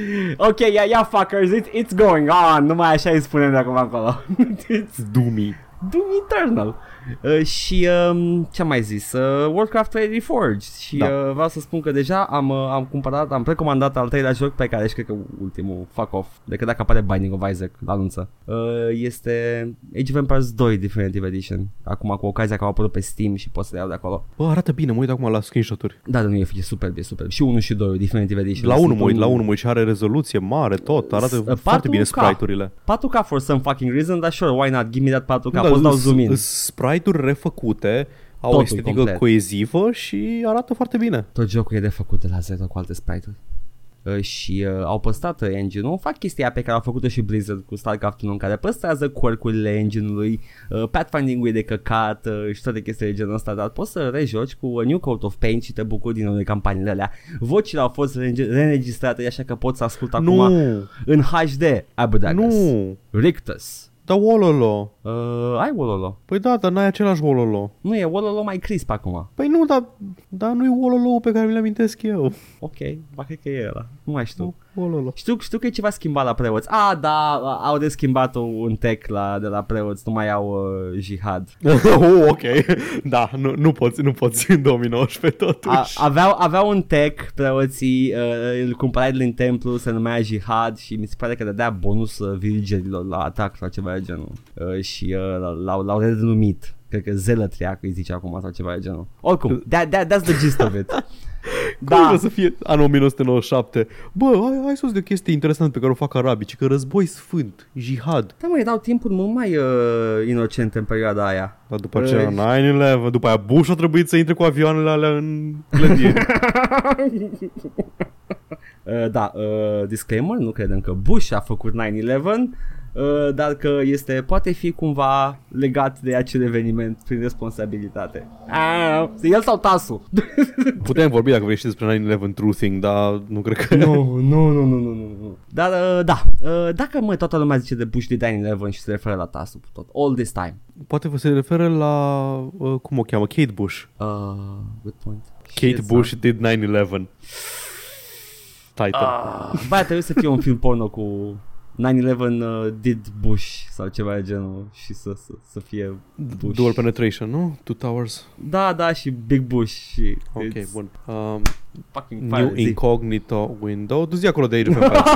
A: Ok, yeah, yeah, fuckers, it, it's going on Numai așa îi spunem de acum acolo It's
B: Dumi.
A: Doom Eternal uh, Și um, ce am mai zis? Uh, Warcraft 3 Reforged Și da.
B: Da.
A: uh, vreau să spun că deja am, uh, am cumpărat, am precomandat al treilea joc Pe care și cred că ultimul, fuck off Decât dacă apare Binding of Isaac, la anunță uh, Este Age of Empires 2 Definitive Edition Acum cu ocazia că au apărut pe Steam și pot să le iau de acolo
B: Bă, arată bine, mă uit acum la screenshot-uri.
A: da, da, nu, e, e superb, e superb. Și 1 și 2, Definitive Edition.
B: La
A: Sunt
B: unul mă uit,
A: un-
B: la unul mă uit și are rezoluție mare, tot. Arată
A: S-
B: foarte bine
A: 4K.
B: sprite-urile.
A: 4K for some fucking reason, dar sure, why not? Give me that 4K,
B: Da,
A: poți dau
B: s-
A: zoom in.
B: s- Sprite-uri refăcute, au
A: Totul
B: o estetică
A: complet.
B: coezivă și arată foarte bine.
A: Tot jocul e de făcut de la zero cu alte sprite-uri. Uh, și uh, au păstrat uh, engine-ul, fac chestia pe care au făcut-o și Blizzard cu StarCraft 1 în care păstrează quirk-urile engine-ului, uh, pathfinding-ul e de căcat uh, și toate chestiile de genul ăsta, dar poți să rejoci cu a new coat of paint și te bucuri din nou de campaniile alea. Vocile au fost reînge- reînregistrate, așa că poți să ascult acum
B: nu,
A: în HD Abudagas,
B: nu,
A: Rictus,
B: dar Wololo.
A: Uh, ai Wololo.
B: Păi da, dar n-ai același Wololo.
A: Nu e Wololo mai crisp acum.
B: Păi nu, dar, dar nu-i Wololo pe care mi-l amintesc eu.
A: Ok, ba cred că e ăla. Nu mai știu.
B: Wololo.
A: Știu, știu că e ceva schimbat la preoți. A, da, au deschimbat un- un tech la, de la preoți, nu mai au uh, jihad.
B: oh, ok. Da, nu, nu poți, nu poți în 2019 totuși.
A: A, aveau, aveau un tech, preoții, uh, îl cumpărai din templu, se numea jihad și mi se pare că dădea bonus uh, virgerilor la atac sau ceva de genul. Uh, și uh, l-au, l-au redenumit. Cred că zealotry îi zice acum sau ceva de genul. Oricum, that, that, that's the gist of it.
B: Cum da. să fie anul 1997? Bă, hai, hai să de o chestie interesantă pe care o fac arabii, ci că război sfânt, jihad.
A: Da, mă, erau timpuri mult mai uh, inocente în perioada aia.
B: Dar Da, după aceea 9 după aia Bush a trebuit să intre cu avioanele alea în clădire.
A: Uh, da, uh, disclaimer, nu credem că Bush a făcut 9-11, uh, dar că este, poate fi cumva legat de acel eveniment prin responsabilitate. Ah, el sau Tasu?
B: Putem vorbi dacă vrei și despre 9-11 truthing, dar nu cred că...
A: Nu, nu, nu, nu, nu, nu, nu. Dar, uh, da, uh, dacă mă, toată lumea zice de Bush de 9-11 și se referă la Tasu, tot, all this time.
B: Poate vă se referă la, uh, cum o cheamă, Kate Bush. Exact.
A: Uh, good point.
B: Kate
A: Shit,
B: Bush did 9-11. Title.
A: Ah, Bă, trebuie să fie un film porno cu 9-11 uh, did Bush sau ceva de genul și să, să, să fie Bush.
B: Dual penetration, nu? Two towers.
A: Da, da, și Big Bush și
B: Ok,
A: it's
B: bun. Um,
A: fucking
B: new
A: fire, zi.
B: incognito window. Du zi acolo de păi. Age of Empires.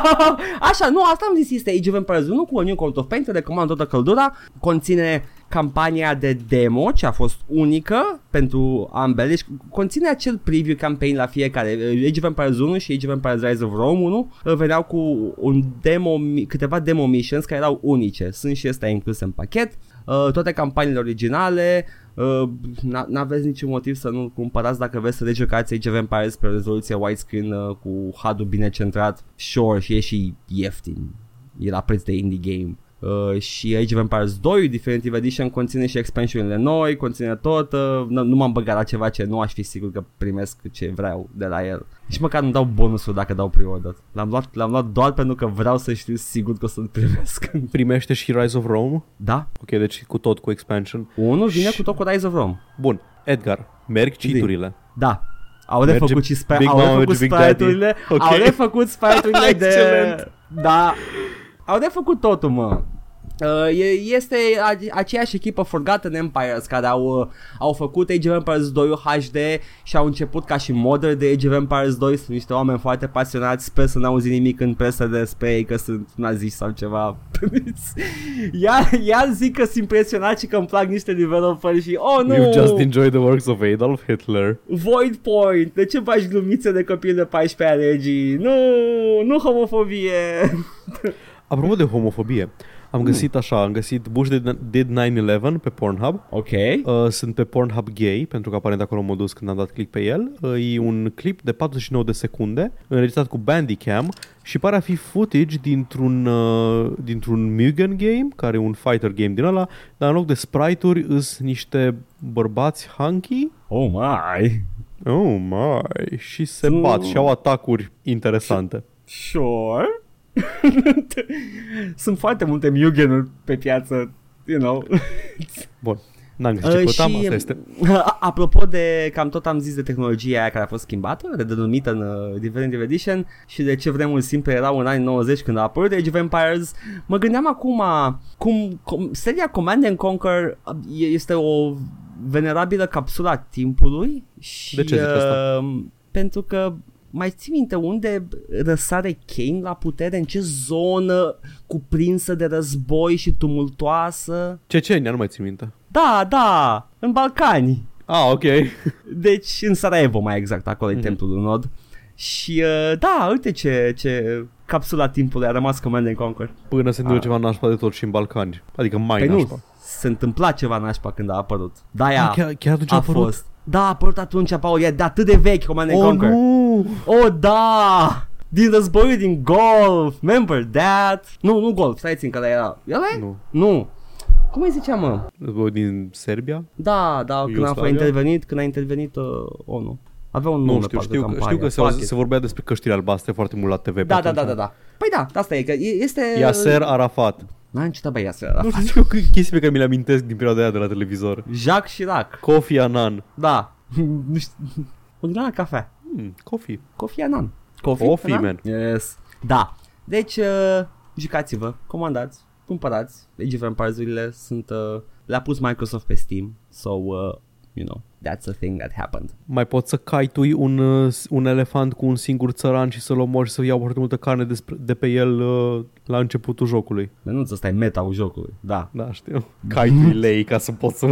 A: Așa, nu, asta am zis, este Age of Empires 1 cu A New Coat of Paint, recomand toată căldura, conține campania de demo, ce a fost unică pentru ambele, și conține acel preview campaign la fiecare. Age of Empires 1 și Age of Empires Rise of Rome 1 uh, veneau cu un demo, mi- câteva demo missions care erau unice, sunt și astea incluse în pachet, Uh, toate campaniile originale, Uh, n- n-aveți niciun motiv să nu-l cumpărați dacă vreți să rejucați Age of Empires pe rezoluție widescreen uh, cu HUD-ul bine centrat. Sure, și e și ieftin. E la preț de indie game. Uh, și Age of Empires 2 Definitive Edition conține și expansiunile noi, conține tot, uh, nu, nu m-am băgat la ceva ce nu aș fi sigur că primesc ce vreau de la el. Și măcar nu dau bonusul dacă dau pre-order. L-am luat, l-am luat doar pentru că vreau să știu sigur că o să-l primesc.
B: Primește și Rise of Rome.
A: da?
B: Ok, deci cu tot cu expansion.
A: Unul vine cu tot cu Rise of Rome.
B: Bun, Edgar, merg cheaturile.
A: Da. Au
B: Merge
A: refăcut și spe-
B: Big
A: au
B: Mama,
A: refăcut
B: merge Big Daddy.
A: sprite-urile,
B: Ok.
A: au refăcut sprite-urile de...
B: Excelent.
A: Da. Au refăcut totul, mă. este aceeași echipă Forgotten Empires care au, uh, au făcut Age of Empires 2 HD și au început ca și modder de Age of Empires 2. Sunt niște oameni foarte pasionați, sper să n-auzi nimic în presă despre ei că sunt naziști sau ceva. iar, iar zic că sunt impresionat și că îmi plac niște developeri și oh nu!
B: You've just enjoyed the works of Adolf Hitler.
A: Void Point, de ce faci glumițe de copil de 14 ani, Regii? Nu, nu homofobie!
B: Apropo de homofobie,
A: Mm.
B: am găsit așa, am găsit Bush did, did 9-11 pe Pornhub.
A: ok.
B: Uh, sunt pe Pornhub Gay, pentru că aparent acolo m-a dus când am dat click pe el. Uh, e un clip de 49 de secunde, înregistrat cu Bandicam și pare a fi footage dintr-un, uh, dintr-un Mugen game, care e un fighter game din ăla, dar în loc de sprite-uri îs niște bărbați hunky.
A: Oh my!
B: Oh my! Și se bat și au atacuri interesante.
A: Sure. Sunt foarte multe Mugen pe piață, you know.
B: Bun. N-am
A: Ă,
B: găsit ce căutam, asta este.
A: a- apropo de, cam tot am zis de tehnologia aia care a fost schimbată, redenumită în uh, Definitive Edition și de ce vremuri simple erau în anii 90 când a apărut Age of Empires, mă gândeam acum cum, cum seria Command and Conquer uh, e- este o venerabilă capsula timpului și
B: De ce zici asta?
A: uh, pentru că mai ții minte unde răsare Kane la putere? În ce zonă cuprinsă de război și tumultoasă?
B: Cecenia, nu mai țin minte.
A: Da, da, în Balcani.
B: Ah, ok.
A: Deci în Sarajevo mai exact, acolo
B: Mhm.
A: mm-hmm. e templul lui Nod. Și uh, da, uite ce, ce capsula timpului a rămas Command and Conquer.
B: Până se întâmplă ceva nașpa de tot și în Balcani. Adică mai
A: Păi
B: Păi nașpa.
A: nu, se întâmpla ceva nașpa când a apărut. Da,
B: Ah,
A: ea
B: chiar- chiar atunci a
A: a
B: apărut?
A: fost. Da, a apărut atunci, Paul, e de atât de vechi Command and Conquer.
B: nu!
A: Oh, da! Din războiul din golf, remember that? Nu, nu golf, stai țin că ăla era. Ăla e?
B: Nu.
A: Nu. Cum îi zicea, mă?
B: Războiul din Serbia?
A: Da, da, când a fost
B: Iugoslavia?
A: intervenit, când a intervenit uh, ONU. Avea un nume,
B: nu știu,
A: parcă,
B: știu, că,
A: campania.
B: știu că se,
A: Fuck it.
B: se vorbea despre căștile albastre foarte mult la TV. pe
A: Da, da, da,
B: atunci.
A: da, da. Păi da, asta e, că e- este...
B: Yasser Arafat.
A: N-am citat pe Iaser, da.
B: Nu știu, știu că chestii pe care mi le amintesc din perioada aia de la televizor.
A: Jacques Chirac,
B: Kofi Annan.
A: da. nu știu. Mă gândeam la cafea.
B: Hmm, Kofi.
A: Coffee Annan. Coffee,
B: Coffee,
A: Annan? Yes. Da. Deci, uh, jucați-vă, comandați, cumpărați. Age of Empires-urile sunt... Uh, le-a pus Microsoft pe Steam, so, uh, you know, that's a thing that happened.
B: Mai poți să caitui un, uh, un elefant cu un singur țăran și să-l omori și să iau foarte multă carne despre, de pe el uh, la începutul jocului.
A: Menuț, ăsta e meta-ul jocului, da.
B: Da, știu. Caitui lei ca să poți să...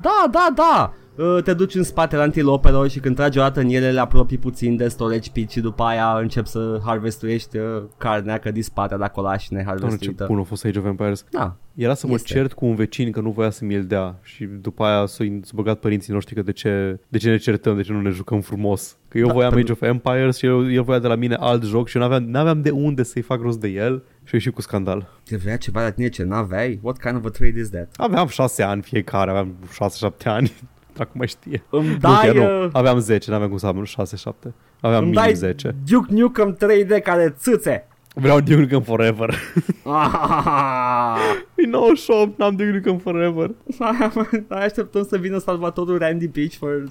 A: Da, da, da! Uh, Te duci în spatele antilopelor și când tragi o dată în ele le apropii puțin de stolegi pici și după aia începi să harvestuiești uh, carnea că dispare de acolo și
B: Doamne, ce
A: neharvestuită.
B: bun a fost Age of Empires.
A: Da,
B: Era să mă
A: Este.
B: cert cu un vecin că nu voia să mi-l dea și după aia s-au s-au băgat părinții noștri că de ce, de ce ne certăm, de ce nu ne jucăm frumos. Că eu
A: Da,
B: da, voiam
A: pentru-
B: Age of Empires și el, el voia de la mine alt joc și eu n-aveam, n-aveam de unde să-i fac rost de el și a ieșit cu scandal.
A: te vrea ceva la tine ce n-aveai? What kind of a trade is that?
B: Aveam șase ani fiecare, aveam șase, șapte ani. Dacă mai știe.
A: Îmi
B: nu,
A: dai,
B: chiar nu.
A: uh,
B: Aveam 10, n-aveam cum să am 6, 7. Aveam
A: Îmi
B: minim
A: dai
B: 10.
A: Duke Nukem 3D care țâțe!
B: Vreau Duke Nukem Forever.
A: Ah!
B: e 98, n-am Duke Nukem Forever.
A: Așteptăm să vină salvatorul Randy Pitchford.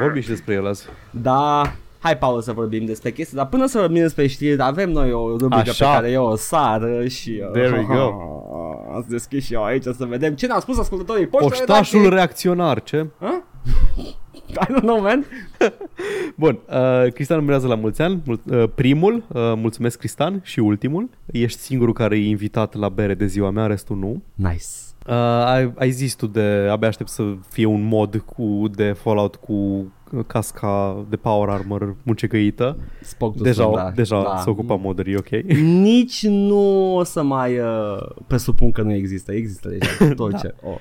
B: Vorbim și despre el azi.
A: Da, hai Paul să vorbim despre chestii, dar până să vorbim despre știri, avem noi o rubrică pe
B: Așa.
A: care eu o sar și... uh,
B: There we go.
A: Ați deschis și eu aici să vedem ce ne-au spus ascultătorii. Poșta
B: Poștașul
A: redacției.
B: reacționar, ce?
A: Hă? I don't know, man.
B: Bun, uh, Cristian numerează la mulți ani, mul- uh, primul, uh, mulțumesc Cristian și ultimul. Ești singurul care e invitat la bere de ziua mea, restul nu.
A: Nice.
B: Uh, ai, ai zis tu de, abia aștept să fie un mod cu, de Fallout cu casca de Power Armor muncegăită.
A: Spoke to
B: Deja,
A: some,
B: da, deja
A: da.
B: da. s-a ocupat modder, e ok.
A: Nici nu o să mai uh, presupun că nu există. Există deja
B: Da.
A: tot ce... Oh.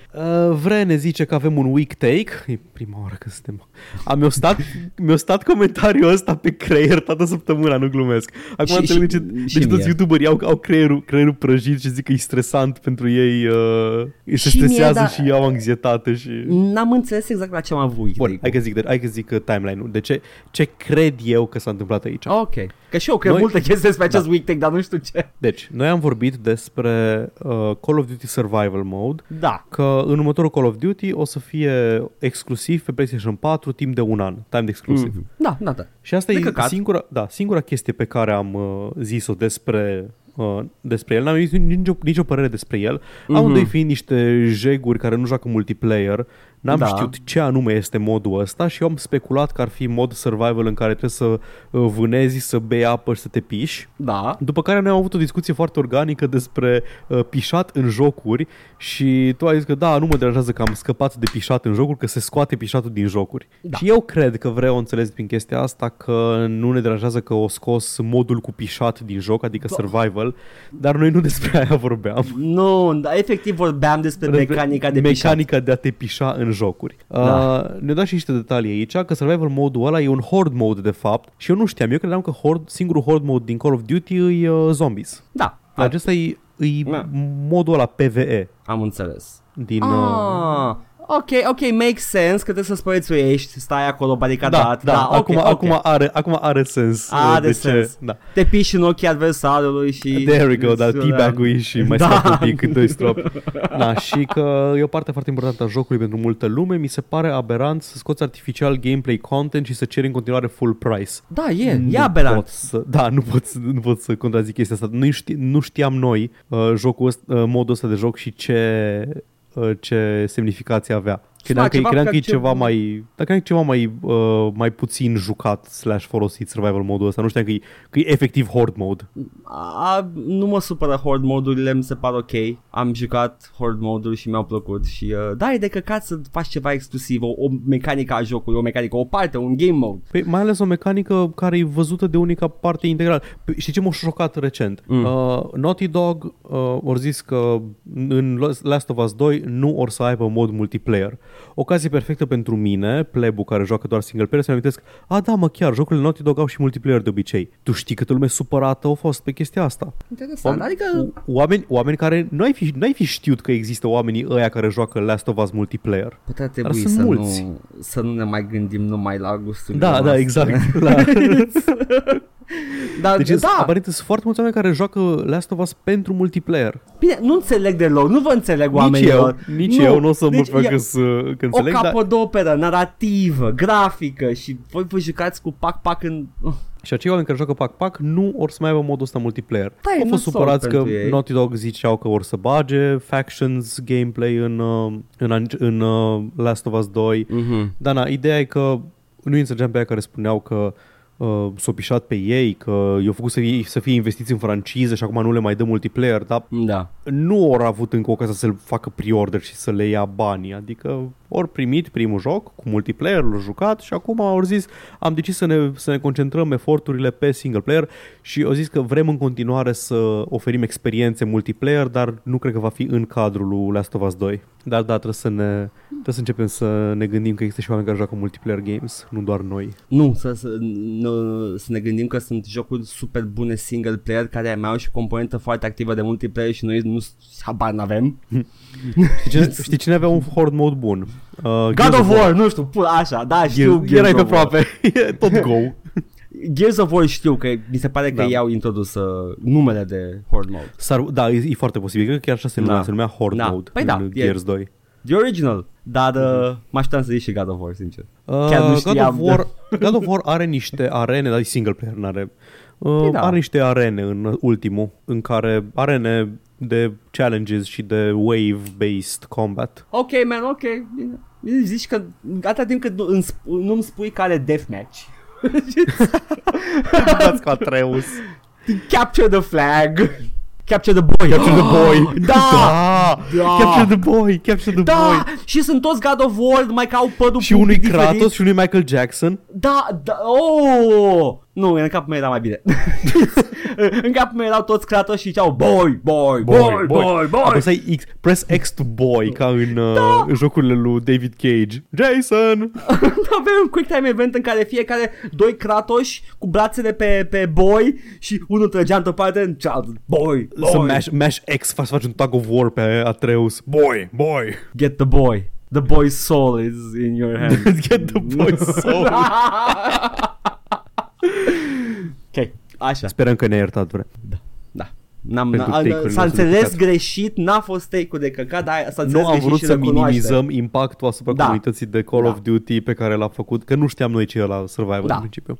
B: Uh, Vre ne zice că avem un weak take E prima oară că suntem A, mi-a, stat, mi-a stat comentariul ăsta pe creier toată săptămâna, nu glumesc Acum
A: Și-
B: înțeleg
A: și-
B: de ce, de
A: și
B: ce toți
A: mie.
B: youtuberii au, au creierul, creierul prăjit și zic că e stresant pentru ei uh, Se
A: Și
B: stresează
A: mie, da.
B: și iau anxietate și...
A: N-am înțeles exact la ce am avut.
B: Bun, hai că zic, de, hai că zic uh, timeline-ul De ce, ce cred eu că s-a întâmplat aici
A: Ok. Că și eu cred
B: Noi- Da.
A: multe chestii despre acest week take, dar nu știu ce.
B: Deci, noi am vorbit despre uh, Call of Duty Survival Mode
A: Da.
B: că în următorul Call of Duty o să fie exclusiv pe PlayStation 4 timp de un an, time de exclusiv. Mm.
A: Da, da, da.
B: Și asta
A: De
B: e
A: căcat.
B: singura, da, singura chestie pe care am uh, zis-o despre uh, despre el, n-am emis nicio, nicio părere despre el,
A: Mhm.
B: mm-hmm. amândoi fiind niște jeguri care nu joacă multiplayer, n-am
A: Da.
B: da. știut ce anume este modul ăsta și eu am speculat că ar fi mod survival în care trebuie să uh, vânezi, să bei apă și să te piși.
A: Da.
B: După care noi am avut o discuție foarte organică despre uh, pișat în jocuri și tu ai zis că da, nu mă deranjează că am scăpat de pișat în jocuri, că se scoate pișatul din jocuri.
A: Da.
B: Da. Și eu cred că vreau înțeles prin chestia asta că nu ne deranjează că o scos modul cu pișat din joc, adică survival, dar noi nu despre aia vorbeam.
A: Nu, da, efectiv vorbeam despre mecanica de pișat.
B: mecanica de a te pișa în jocuri.
A: Da.
B: Da. Uh, ne-a dat și niște detalii aici, că survival mode-ul ăla e un horde mode de fapt și eu nu știam, eu credeam că horde, singurul horde mode din Call of Duty e uh, zombies.
A: Da,
B: Da. Acesta e, e
A: Da.
B: da. modul ăla PVE
A: am înțeles.
B: din... uh,
A: Ah, ok, ok, makes sense că trebuie să spăiețuiești, stai acolo baricadat.
B: da,
A: ok,
B: acum,
A: ok.
B: acum, are, acum are sens. uh,
A: Are
B: de
A: sens.
B: Ce, da.
A: Te piși în ochii adversarului și...
B: There we go, da,
A: Da.
B: teabag-ul și mai
A: Da.
B: da. scap un pic, doi strop. Da, și că e o parte foarte importantă a jocului pentru multă lume. Mi se pare aberant să scoți artificial gameplay content și să ceri în continuare full price.
A: Da, e,
B: Nu
A: e aberant.
B: Mm, pot să, da, nu pot, să- nu pot să contrazic chestia asta. Nu, ști, nu știam noi uh, jocul ăsta, uh, modul ăsta de joc și ce, uh, ce semnificație avea. Credeam că, e-
A: ceva
B: credeam
A: ca
B: că e
A: ce-
B: ceva mai, dar credeam că e ceva mai, uh, mai puțin jucat slash folosit survival modul ăsta. Nu știam că e, că e efectiv horde mode.
A: A, nu mă supără horde modurile, mi se par ok. Am jucat horde moduri și mi-au plăcut și uh, da, e de căcat să faci ceva exclusiv, o, o mecanică a jocului, o mecanică, o parte, un game mode.
B: Păi, mai ales o mecanică care e văzută de unica parte integrală. Păi, știi ce m-a șocat recent? Mm. Uh, Naughty Dog uh, or zis că în Last of Us 2 nu or să aibă mod multiplayer. Ocazie perfectă pentru mine, plebu care joacă doar single player, să-mi amintesc, a, da, mă, chiar, jocurile Naughty Dog au și multiplayer de obicei. Tu știi câtă lume supărată a fost pe chestia asta.
A: Interesant, adică...
B: O- Oameni, oameni care nu ai, fi, nu ai fi știut că există oamenii ăia care joacă Last of Us multiplayer.
A: Putea
B: Dar
A: trebui
B: sunt
A: Păi, să
B: mulți.
A: nu, să nu ne mai gândim numai la gustul
B: Da, da, exact. La,
A: Dar,
B: Deci
A: deci
B: da.
A: da,
B: aparent sunt foarte mulți oameni care joacă Last of Us pentru multiplayer.
A: bine, nu înțeleg deloc, nu vă înțeleg
B: Nici eu,
A: oamenilor.
B: nici nu, eu nu o să mă
A: deci
B: fac
A: e
B: să
A: O
B: că înțeleg, dar...
A: capodoperă, narativă, grafică și voi vă jucați cu pac-pac în...
B: Și acei oameni care joacă pac-pac nu or să mai aibă modul ăsta multiplayer.
A: Da, e
B: Au fost
A: nasol
B: supărați că
A: pentru ei.
B: Naughty Dog ziceau că or să bage factions gameplay în, uh, în, an- în uh, Last of Us 2.
A: Mm-hmm.
B: Da, na, ideea e că nu înțelegeam pe aia care spuneau că uh, s-au pișat pe ei, că i-au făcut să fie, să fie investiți în franciză și acum nu le mai dă multiplayer, dar
A: Da.
B: nu au avut încă ocazia să-l facă pre-order și să le ia banii, adică ori primit primul joc cu multiplayer, l jucat și acum au zis am decis să ne, să ne concentrăm eforturile pe single player și au zis că vrem în continuare să oferim experiențe multiplayer, dar nu cred că va fi în cadrul lui Last of Us 2. Dar da, trebuie să, ne, trebuie să începem să ne gândim că există și oameni care joacă multiplayer games, nu doar noi.
A: Nu, să, să, nu, să ne gândim că sunt jocuri super bune single player care mai au și componentă foarte activă de multiplayer și noi nu habar n-avem.
B: Știi cine, știi cine avea un horde mode bun? Uh,
A: God of War, nu știu, pula așa, da, știu
B: Gears, erai
A: of
B: pe
A: War.
B: aproape, E tot go.
A: Gears of War știu că mi se pare că
B: Da.
A: i-au introdus uh, numele de horde mode.
B: S-ar, da, e, e foarte posibil. Cred că chiar așa se numea,
A: Da.
B: se numea Horde
A: Da.
B: Mode
A: Păi
B: în
A: da, e-
B: Gears 2.
A: The original, dar uh, mă așteptam să zici și God of War, sincer. Chiar nu
B: Mhm. Uh,
A: știam.
B: God, of War, God of War are niște arene, dar e single player, n-are. Uh,
A: da.
B: Are niște arene în ultimul, în care arene de challenges și de wave-based combat.
A: Ok, man, ok, bine. Bine, Zici că atâta timp cât nu, îmi sp- nu-mi spui care deathmatch.
B: Dați ca Atreus.
A: Capture the flag. Capture the boy.
B: Capture the boy.
A: Ah, Da!
B: da!
A: Da!
B: Capture the boy! Capture the
A: Da,
B: boy!
A: și sunt toți God of War, mai că au pădul
B: Și
A: un
B: unui
A: pic diferit.
B: Kratos și unui Michael Jackson.
A: Da, da, oh! Nu, în capul meu era mai bine. în capul meu erau toți Kratos și ziceau boy, boy, boy, boy, boy. boy.
B: Apăsai X, press X to boy, ca în da. uh, jocurile lui David Cage. Jason!
A: Aveai un quick time event în care fiecare doi Kratos cu brațele pe, pe boy și unul trăgea într-o parte în cealaltă. Boy, boy,
B: Să mash, mash X, faci, faci un tag of war pe Atreus. Boy, boy.
A: get the boy. The boy's soul is in your hand.
B: Let's get the boy soul.
A: ok, așa.
B: Sperăm că ne-ai iertat, bre.
A: Da. N-am,
B: Pentru
A: n-a,
B: take-urile
A: s-a
B: noastre de
A: înțeles
B: căcat.
A: greșit, n-a fost take-ul de căcat, dar s-a înțeles
B: Nu am
A: greșit
B: vrut
A: și
B: să
A: recunoaște.
B: minimizăm impactul asupra
A: Da.
B: da. comunității de Call
A: Da.
B: da. of Duty pe care l-a făcut, că nu știam noi ce e la Survival
A: Da.
B: în principiu.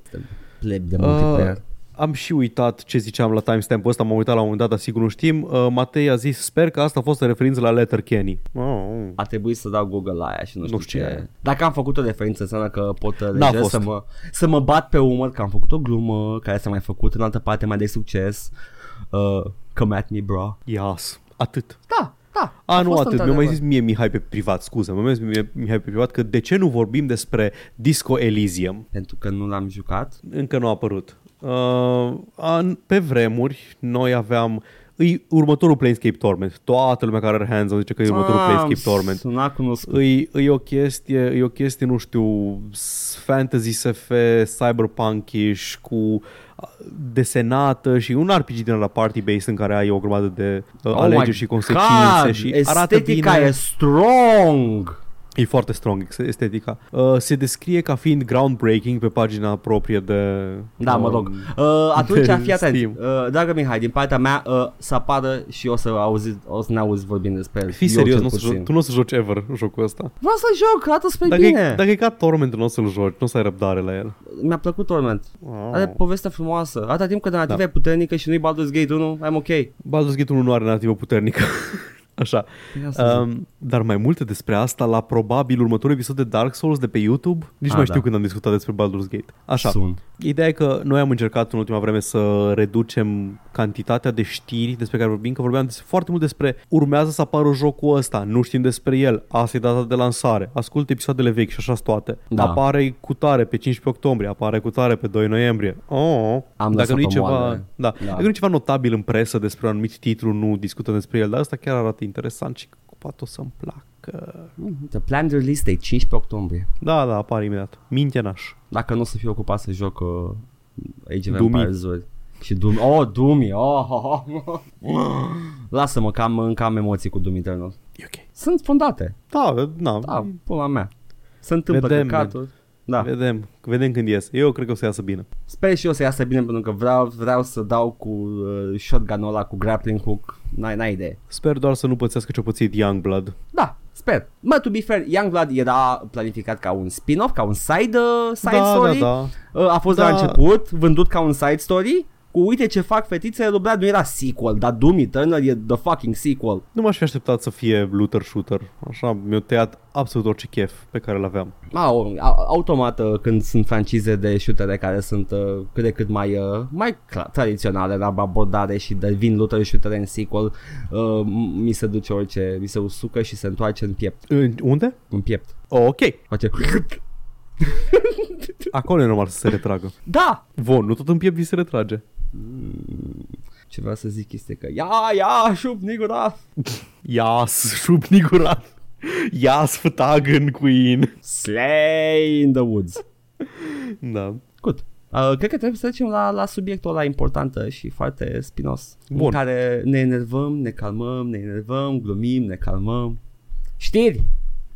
A: Pleb de
B: Uh,
A: multiplayer.
B: am și uitat ce ziceam la timestamp-ul ăsta, m-am uitat la un moment dat, dar sigur nu știm. Uh, Matei a zis, sper că asta a fost o referință la Letterkenny. Oh.
A: A trebuit să dau Google la aia și nu știu,
B: Nu știu
A: ce.
B: ce e.
A: Dacă am făcut o referință, înseamnă că pot uh,
B: N-a
A: lejer
B: fost.
A: să mă, să mă bat pe umăr că am făcut o glumă care s-a mai făcut în altă parte mai de succes. Uh, come at me, bro.
B: Yes. Atât.
A: Da, da.
B: A, nu
A: fost
B: atât. Mi-a mai
A: într-adevăr.
B: zis mie Mihai pe privat, scuze. Mi-a mai zis mie Mihai pe privat că de ce nu vorbim despre Disco Elysium?
A: Pentru că nu l-am jucat.
B: Încă nu a apărut. Uh, an, pe vremuri, noi aveam... Îi următorul Planescape Torment. Toată lumea care are hands zice că e următorul
A: Ah,
B: Planescape Torment.
A: Suna cunoscut.
B: îi, îi o chestie, îi o chestie, nu știu, s- fantasy SF, cyberpunk cu a, desenată și un RPG din la party based în care ai o grămadă de uh,
A: Oh
B: alegeri
A: my
B: și consecințe
A: God,
B: și arată
A: estetica
B: bine.
A: e strong.
B: E foarte strong ex- estetica. Uh, se descrie ca fiind groundbreaking pe pagina proprie de
A: Da, mă
B: um,
A: rog. Uh, atunci,
B: de
A: fii atent. Uh,
B: Steam.
A: dragă Mihai, din partea mea uh, să apară și o să, auzi, o să ne auzi vorbind despre el.
B: Fii
A: Eu
B: serios,
A: cel
B: nu o să
A: puțin.
B: joci, tu nu o să joci ever jocul ăsta.
A: Vreau să joc, arată spre
B: Dacă
A: Păi bine.
B: e, dacă e ca Torment, nu o să-l joci, nu o să ai răbdare la el.
A: Mi-a plăcut Torment.
B: Wow.
A: Are poveste frumoasă. Atâta timp cât
B: Da.
A: narrativa e puternică și nu-i Baldur's Gate 1, I'm ok.
B: Baldur's Gate 1 nu are narrativă puternică. Așa.
A: Ia să
B: Um, dar mai multe despre asta la probabil următorul episod de Dark Souls de pe YouTube. Nici
A: Ah,
B: nu
A: da.
B: mai știu când am discutat despre Baldur's Gate. Așa.
A: Sun.
B: Ideea e că noi am încercat în ultima vreme să reducem cantitatea de știri despre care vorbim, că vorbeam des- foarte mult despre urmează să apară jocul ăsta, nu știm despre el, asta e data de lansare, ascultă episoadele vechi și așa toate.
A: Da.
B: Apare cu tare pe 15 octombrie, apare cu tare pe 2 noiembrie. Oh,
A: Am
B: dacă
A: lăsat
B: nu e
A: pe
B: ceva,
A: moale.
B: da.
A: Da.
B: Dacă nu e ceva notabil în presă despre un anumit titlu, nu discutăm despre el, dar asta chiar arată interesant și poate o să-mi placă.
A: The Mm, planned release date 15 octombrie.
B: Da, da, apare imediat. Mintea naș.
A: Dacă nu o să fiu ocupat să joc uh, Age of
B: Doom-ii.
A: Empires 2. Și Doom, oh, Doom, oh, oh, oh. Lasă-mă că am, încă am emoții cu Doom Eternal.
B: E ok.
A: Sunt fondate.
B: Da, da,
A: Da, pula mea. Se întâmplă
B: Vedem,
A: căcaturi. Da.
B: Vedem, vedem când iese. Eu cred că o să iasă bine.
A: Sper și eu să iasă bine pentru că vreau, vreau să dau cu uh, shotgun-ul ăla, cu grappling hook. N-ai, n-ai idee.
B: Sper doar să nu pățească ce-a pățit Youngblood.
A: Da, sper. Mă, to be fair, Youngblood era planificat ca un spin-off, ca un side, uh, side
B: da,
A: story.
B: da, da.
A: Uh, A fost
B: Da.
A: da. la început, vândut ca un side story. Cu uite ce fac fetițele lui Brad, nu era sequel, dar Doom Eternal e the fucking sequel.
B: Nu m-aș fi așteptat să fie looter shooter. Așa, mi-a tăiat absolut orice chef pe care l-aveam.
A: Au, au- automat uh, când sunt francize de shootere care sunt uh, cât de cât mai, uh, mai cla- tradiționale la abordare și devin looter shootere în sequel, uh, m- mi se duce orice, mi se usucă și se întoarce în piept.
B: În- Unde?
A: În piept.
B: Oh, ok.
A: Face...
B: Acolo e normal să se retragă.
A: Da!
B: Von, nu tot în piept vi se retrage.
A: Ce vreau să zic este că ia, ia, șup, nigura,
B: Ias, șup nigurat. Ias, fătagân, queen.
A: slay in the woods.
B: Da.
A: Good. Uh, cred că trebuie să trecem la, la subiectul ăla important uh, și foarte spinos.
B: Bun.
A: În care ne enervăm, ne calmăm, ne enervăm, glumim, ne calmăm. Știri!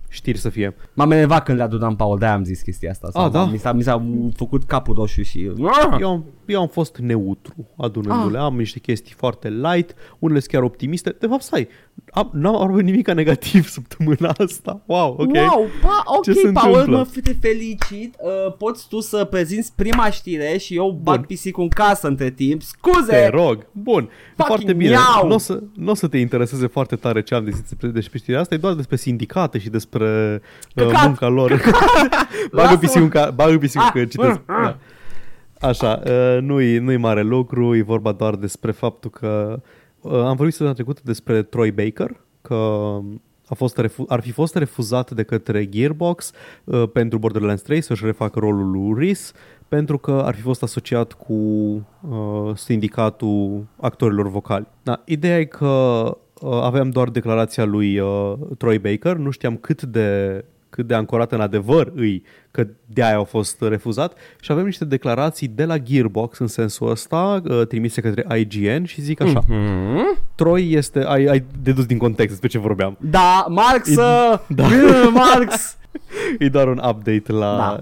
B: Știri să fie.
A: M-am enervat când le adunam Paul, de am zis chestia asta. Sau
B: da?
A: Mi s-a, mi s-a făcut capul roșu și...
B: Eu am, eu am fost neutru adunându-le,
A: Ah.
B: am niște chestii foarte light, unele sunt chiar optimiste. De fapt, stai, am, n-am aruncat nimic negativ săptămâna asta. Wow, ok.
A: Wow, pa, ok,
B: Ce se
A: Paul,
B: întâmplă?
A: mă f- te felicit. Uh, poți tu să prezinți prima știre și eu bag
B: Bun.
A: pisicul în casă între timp. Scuze!
B: Te rog. Bun, foarte bine.
A: miau!
B: Nu o să, n-o să te intereseze foarte tare ce am de zis despre, despre știrea asta, e doar despre sindicate și despre uh,
A: Căcat!
B: munca lor. bagă
A: Lasă-mă!
B: pisicul, în ca, bagă pisicul
A: Ah,
B: că citesc.
A: ah, ah.
B: Da. Așa, uh, nu-i, nu-i mare lucru, e vorba doar despre faptul că uh, am vorbit săptămâna trecută despre Troy Baker, că a fost refu- ar fi fost refuzat de către Gearbox uh, pentru Borderlands 3 să-și refacă rolul lui Rhys, pentru că ar fi fost asociat cu uh, sindicatul actorilor vocali. Da, ideea e că uh, aveam doar declarația lui uh, Troy Baker, nu știam cât de cât de ancorat în adevăr îi că de-aia au fost refuzat și avem niște declarații de la Gearbox în sensul ăsta uh, trimise către IGN și zic așa Troy este, ai, ai dedus din context despre ce vorbeam
A: Da, uh, Marx! Da. Marx!
B: Îi doar un update la,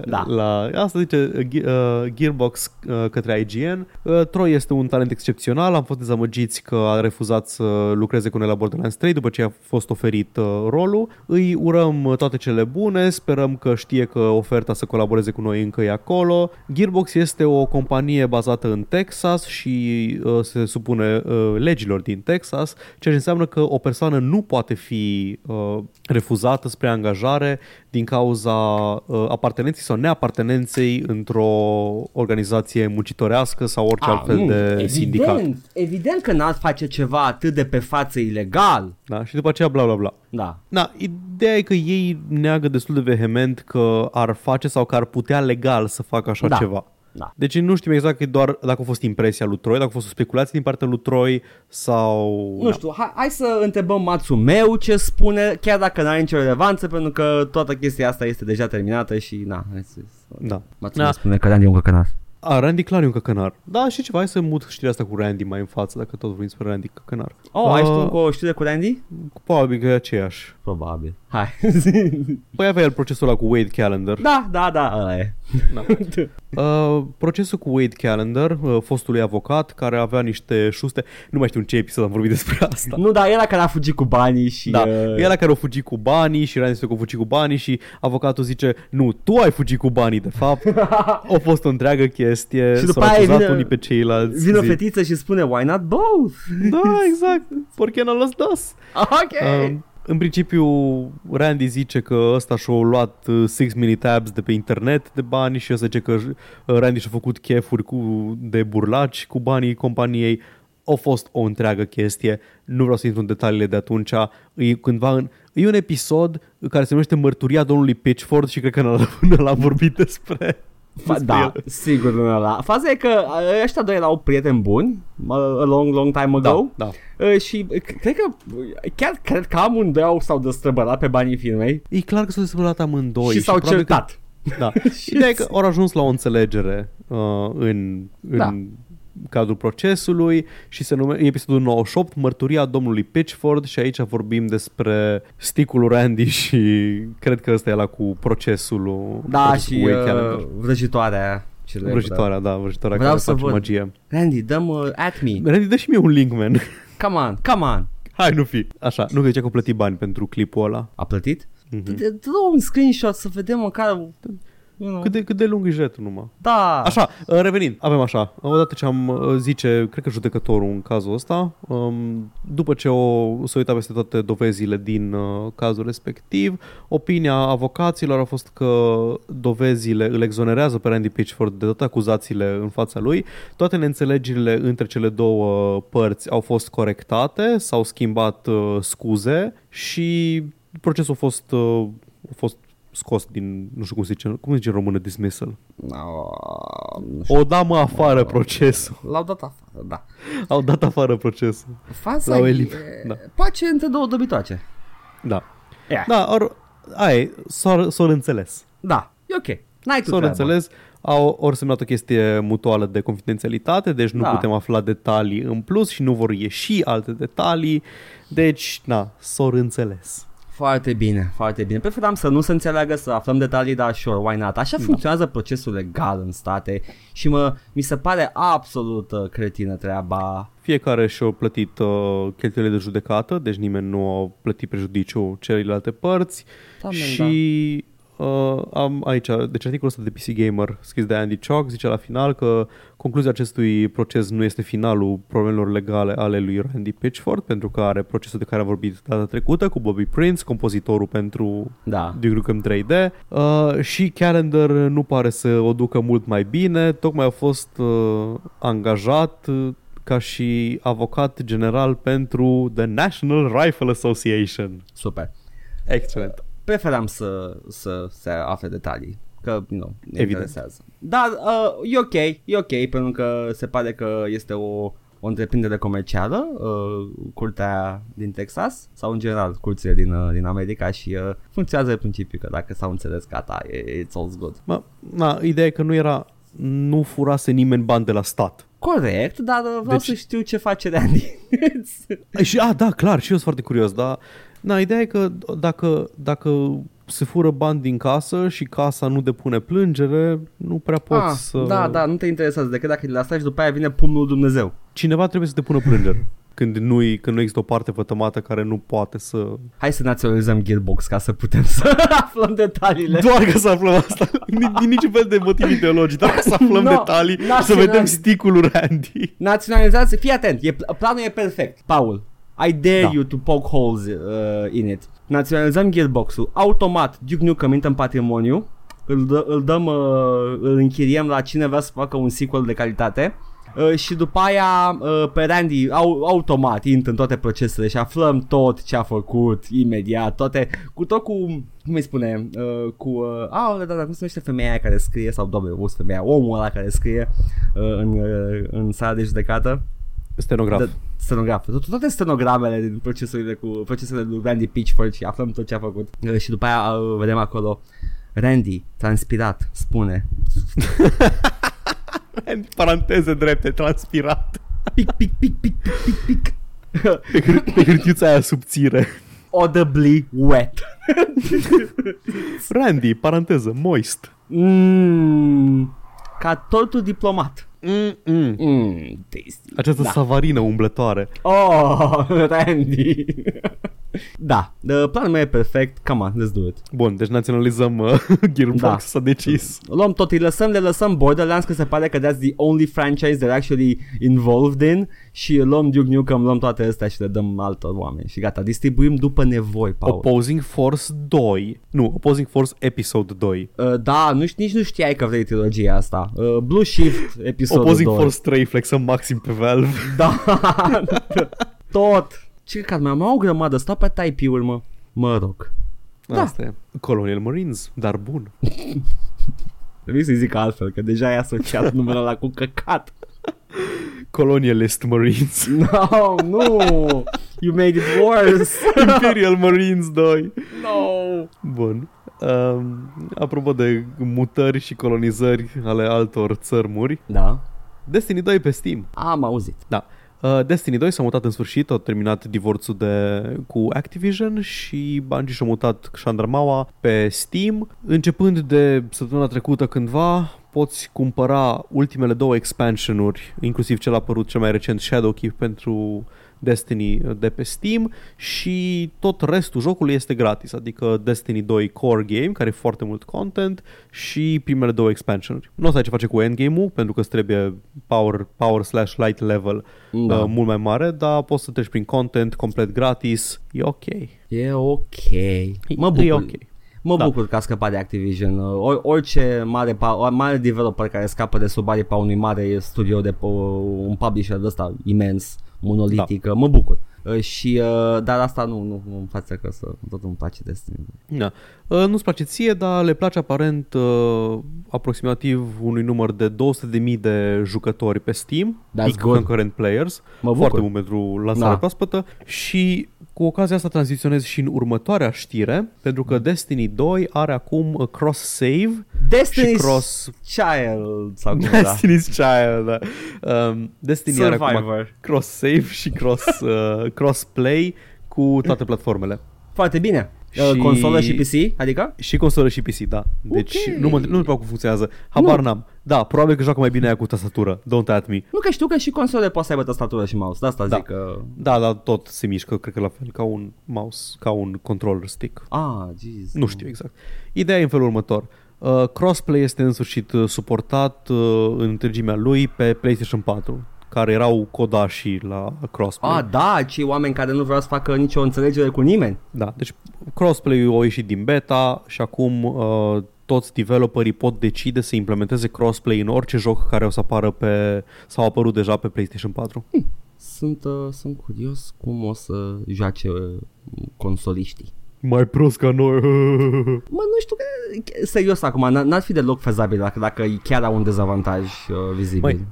A: Da, da.
B: la... Asta zice uh, Ge- uh, Gearbox uh, către IGN. Uh, Troy este un talent excepțional. Am fost dezamăgiți că a refuzat să lucreze cu noi la Borderlands 3 după ce a fost oferit uh, rolul. Îi urăm uh, toate cele bune. Sperăm că știe că oferta să colaboreze cu noi încă e acolo. Gearbox este o companie bazată în Texas și uh, se supune uh, legilor din Texas, ceea ce înseamnă că o persoană nu poate fi uh, refuzată spre angajare din cauza uh, apartenenței sau neapartenenței într-o organizație muncitorească sau orice
A: Ah,
B: altfel
A: nu,
B: de
A: evident,
B: sindicat.
A: Evident că n-ați face ceva atât de pe față ilegal.
B: Da? Și după aceea bla bla bla.
A: Da.
B: Da, ideea e că ei neagă destul de vehement că ar face sau că ar putea legal să facă așa
A: Da.
B: ceva.
A: Da.
B: Deci nu știm exact că e doar dacă a fost impresia lui Troy, dacă a fost o speculație din partea lui Troy sau... Da,
A: Nu știu, hai, hai să întrebăm Matsumeu ce spune, chiar dacă n-are nicio relevanță, pentru că toată chestia asta este deja terminată și na, hai să...
B: Da.
A: Matsumeu
B: da.
A: spune că Randy e un căcănaș.
B: A, Randy Clar e un căcănar. Da, și ceva, hai să mut știrea asta cu Randy mai în față, dacă tot vorbim despre Randy căcănar.
A: Oh,
B: Ah,
A: ai știut cu o știre cu Randy?
B: Probabil că e aceeași.
A: Probabil. Hai.
B: Păi avea el procesul ăla cu Wade Calendar.
A: da, da, da, ăla e.
B: Uh, procesul cu Wade Calendar, uh, fostului avocat, care avea niște șuste... Nu mai știu în ce episod am vorbit despre asta.
A: Nu, da, era care a fugit cu banii și...
B: Da,
A: uh,
B: e la care au fugit cu banii și Ryan zice că au fugit cu banii și avocatul zice nu, tu ai fugit cu banii de fapt. a fost o întreagă chestie,
A: Și
B: și
A: după
B: s-au
A: aia
B: acuzat
A: vine-
B: unii pe ceilalți.
A: Vine o
B: zi.
A: fetiță și spune Why not both?
B: Da, exact, porque no los dos.
A: ok
B: Um, în principiu, Randy zice că ăsta și-a luat uh, 6 mini tabs de pe internet de bani și ăsta zice că uh, Randy și-a făcut chefuri cu, de burlaci cu banii companiei. A fost o întreagă chestie, nu vreau să intru în detaliile de atunci, e, cândva în, e un episod care se numește Mărturia domnului Pitchford și cred că n-a- nu l-am vorbit despre,
A: Fa-
B: despre
A: da,
B: el.
A: sigur nu la. Faza e că uh, ăștia doi erau prieteni buni uh, a long, long time ago.
B: da.
A: Uh, Și uh, cred că uh, chiar cred că amândoi au s-au destrăbărat pe banii filmei
B: E clar că s-au desfășurat amândoi.
A: și s-au
B: probabil că-
A: certat.
B: Da. Ideea e că au ajuns la o înțelegere uh, în, în
A: Da.
B: da. cadrul procesului și se numește episodul 98, Mărturia domnului Pitchford și aici vorbim despre sticul lui Randy și cred că ăsta e la cu procesul lui
A: Da,
B: procesul
A: și
B: cu Wade
A: uh,
B: Callender.
A: vrăjitoarea aia celebră.
B: Vrăjitoarea, da, vrăjitoarea
A: Vreau
B: care
A: să
B: face
A: văd.
B: magie.
A: Randy, dăm uh, at me.
B: Randy, dă și mie un link, man.
A: Come on, come on.
B: Hai, nu fi. Așa, nu că zicea că a plătit bani pentru clipul ăla.
A: A plătit?
B: Mhm.
A: Dă dă un screenshot să vedem măcar... you know.
B: Cât de, cât de lung e jetul numai?
A: Da.
B: Așa, uh, revenind, avem așa, odată ce am, uh, zice, cred că judecătorul în cazul ăsta, um, după ce o s-a uitat peste toate dovezile din uh, cazul respectiv, opinia avocaților a fost că dovezile îl exonerează pe Randy Pitchford de toate acuzațiile în fața lui, toate neînțelegerile între cele două părți au fost corectate, s-au schimbat uh, scuze și procesul a fost, uh, a fost scos din, nu știu cum se zice, cum se zice în română, dismissal.
A: Ah, nu știu.
B: O damă afară procesul.
A: L-au dat afară, da.
B: Au dat afară procesul.
A: Faza
B: L-au
A: e...
B: eliberat, da.
A: Pace între două dobitoace.
B: Da.
A: Yeah.
B: Da, or, ai, s-au s-au înțeles.
A: Da, e ok. N-ai tu
B: S-au
A: treabă.
B: înțeles, au ori semnat o chestie mutuală de confidențialitate, deci nu
A: Da.
B: putem afla detalii în plus și nu vor ieși alte detalii. Deci, na, s-au înțeles.
A: Foarte bine, foarte bine. Preferam să nu se înțeleagă, să aflăm detalii, dar sure, why not? Așa
B: Da.
A: funcționează procesul legal în state și mă, mi se pare absolut uh, cretină treaba.
B: Fiecare și-a plătit uh, cheltuielile de judecată, deci nimeni nu a plătit prejudiciul celelalte părți
A: Da, men,
B: și uh, am aici, deci articolul ăsta de PC Gamer scris de Andy Chalk zice la final că concluzia acestui proces nu este finalul problemelor legale ale lui Randy Pitchford pentru că are procesul de care a vorbit data trecută cu Bobby Prince, compozitorul pentru
A: Da.
B: Duke Nukem 3D uh, și Calendar nu pare să o ducă mult mai bine, tocmai a fost uh, angajat uh, ca și avocat general pentru The National Rifle Association.
A: Super.
B: Excelent.
A: Preferam să, să se afle detalii, că nu, know, ne
B: Evident.
A: interesează. Dar uh, e ok, e ok, pentru că se pare că este o, o întreprindere comercială, uh, curtea din Texas, sau în general curțile din, uh, din America și uh, funcționează în principiu că dacă s-au înțeles, gata, e- it's all good.
B: Ma, na, ideea e că nu era nu furase nimeni bani de la stat.
A: Corect, dar uh, vreau deci...
B: Deci-
A: să știu ce face Randy.
B: Și, a, da, clar, și eu sunt foarte curios, dar na, ideea e că dacă, dacă se fură bani din casă și casa nu depune plângere, nu prea poți
A: Ah,
B: să...
A: Da, da, nu te interesează decât dacă le lasai și după aia vine pumnul lui Dumnezeu.
B: Cineva trebuie să depună plângere când, nu când nu există o parte vătămată care nu poate să...
A: Hai să naționalizăm Gearbox ca să putem să aflăm detaliile.
B: Doar că să aflăm asta, din, din niciun fel de motiv ideologic, doar că să aflăm
A: No,
B: detalii, să
A: național-
B: vedem sticul lui Randy.
A: Naționalizați, fii atent, e, planul e perfect, Paul. I dare
B: Da.
A: da. you to poke holes uh, in it. Naționalizăm Gearbox-ul, automat Duke Nukem intră în patrimoniu, îl, dă, îl dăm, uh, îl închiriem la cine vrea să facă un sequel de calitate. Uh, și după aia uh, pe Randy au, automat intră în toate procesele și aflăm tot ce a făcut imediat, toate, cu tot cu, cum îi spune, uh, cu, uh, a, da, da, da, cum se numește femeia aia care scrie, sau doamne, o femeia, omul ăla care scrie uh, în, uh, în sala de judecată,
B: Stenograf.
A: Da, stenograf. To- Toate stenogramele din procesurile cu procesele lui Randy Pitchford și aflăm tot ce a făcut. Uh, Și după aia uh, vedem acolo Randy, transpirat, spune
B: Randy, paranteze drepte, transpirat.
A: Pic, pic, pic, pic, pic, pic, pic
B: Pe, hâr- pe hârtiuța aia subțire.
A: Audibly wet
B: Randy, paranteză, moist.
A: mm, Ca totul diplomat
B: Mm-mm.
A: mm, tasty.
B: Această da.
A: Da.
B: savarină umblătoare.
A: Oh, Randy Da, uh, planul meu e perfect Come on, let's do it
B: Bun, deci naționalizăm uh, Gearbox, da.
A: Da.
B: s-a decis.
A: luăm tot, îi lăsăm, le lăsăm Borderlands că se pare că that's the only franchise they're actually involved in și luăm Duke Nukem, luăm toate astea și le dăm altor oameni și gata, distribuim după nevoi, Paul.
B: Opposing Force 2. Nu, Opposing Force Episode 2.
A: Uh, da, nu, ști- nici nu știai că vrei trilogia asta. Uh, Blue Shift, episodul
B: Opposing
A: 2.
B: Force 3, flexăm maxim pe Valve.
A: Da, tot. Ce cad, mai am o grămadă, stau pe type-uri, mă. Mă rog. Da.
B: Asta e. Colonial Marines, dar bun.
A: Trebuie să-i zic altfel, că deja ai asociat numele ăla cu căcat.
B: Colonialist Marines.
A: No, nu! You made it worse!
B: Imperial Marines 2.
A: No!
B: Bun. Uh, apropo de mutări și colonizări ale altor țărmuri,
A: Da.
B: Destiny 2 pe Steam.
A: Am auzit.
B: Da. Uh, Destiny 2 s-a mutat în sfârșit, a terminat divorțul de, cu Activision și Bungie și-a mutat Chandramaua pe Steam. Începând de săptămâna trecută cândva, poți cumpăra ultimele două expansionuri, inclusiv cel apărut cel mai recent Shadowkeep pentru Destiny uh, de pe Steam și tot restul jocului este gratis, adică Destiny 2 Core Game, care e foarte mult content și primele două expansionuri. Nu o să ai ce face cu endgame-ul, pentru că îți trebuie power, power slash light level da.
A: Da.
B: uh, mult mai mare, dar poți să treci prin content complet gratis, e ok.
A: E ok. Mă bucur.
B: E ok.
A: Mă
B: Da.
A: da. bucur că a scăpat de Activision. Or, orice mare, pa, o- mare developer care scapă de sub aripa unui mare studio de pe- un publisher de ăsta imens, monolitic, da. mă bucur. Uh, Și, uh, dar asta nu, nu, nu îmi face că să, tot îmi place Destiny.
B: Da. Uh, Nu-ți place ție, dar le place aparent uh, aproximativ unui număr de 200.000 de jucători pe Steam,
A: That's
B: adică
A: good.
B: concurrent players,
A: Mă bucur.
B: foarte mult pentru lansarea
A: Da.
B: proaspătă și cu ocazia asta tranziționez și în următoarea știre, pentru că Destiny 2 are acum uh, cross-save și
A: Destiny's
B: cross...
A: Child sau cum era.
B: Destiny's Child, da. Um, Destiny are acum
A: Survivor.
B: cross-save și cross, uh, cross-play cu toate platformele.
A: Foarte bine. Și...
B: Și-
A: Consolă și PC, adică?
B: Și consolă și PC, da. Deci okay.
A: Ok.
B: nu mă nu mă preocup cum funcționează. Habar nu. n-am. Da, probabil că joacă mai bine aia cu tastatură. Don't at me.
A: Nu că știu că și console poate să aibă tastatură și mouse, de asta
B: Da.
A: da. zic că...
B: Da, dar tot se mișcă, cred că la fel, ca un mouse, ca un controller stick.
A: Ah, jeez.
B: Nu știu exact. Ideea e în felul următor. Uh, crossplay este în sfârșit uh, suportat uh, în întregimea lui pe PlayStation 4, care erau codașii la crossplay.
A: A, da, cei oameni care nu vreau să facă nicio înțelegere cu nimeni.
B: Da, deci crossplay-ul a ieșit din beta și acum uh, toți developerii pot decide să implementeze crossplay în orice joc care o să apară pe sau a apărut deja pe PlayStation 4.
A: Sunt, uh, sunt curios cum o să joace uh, consoliștii.
B: Mai prost ca noi.
A: Mă, nu știu că... Serios acum, n- n-ar fi deloc fezabil dacă, dacă chiar au un dezavantaj uh, vizibil.
B: Măi,
A: Mai.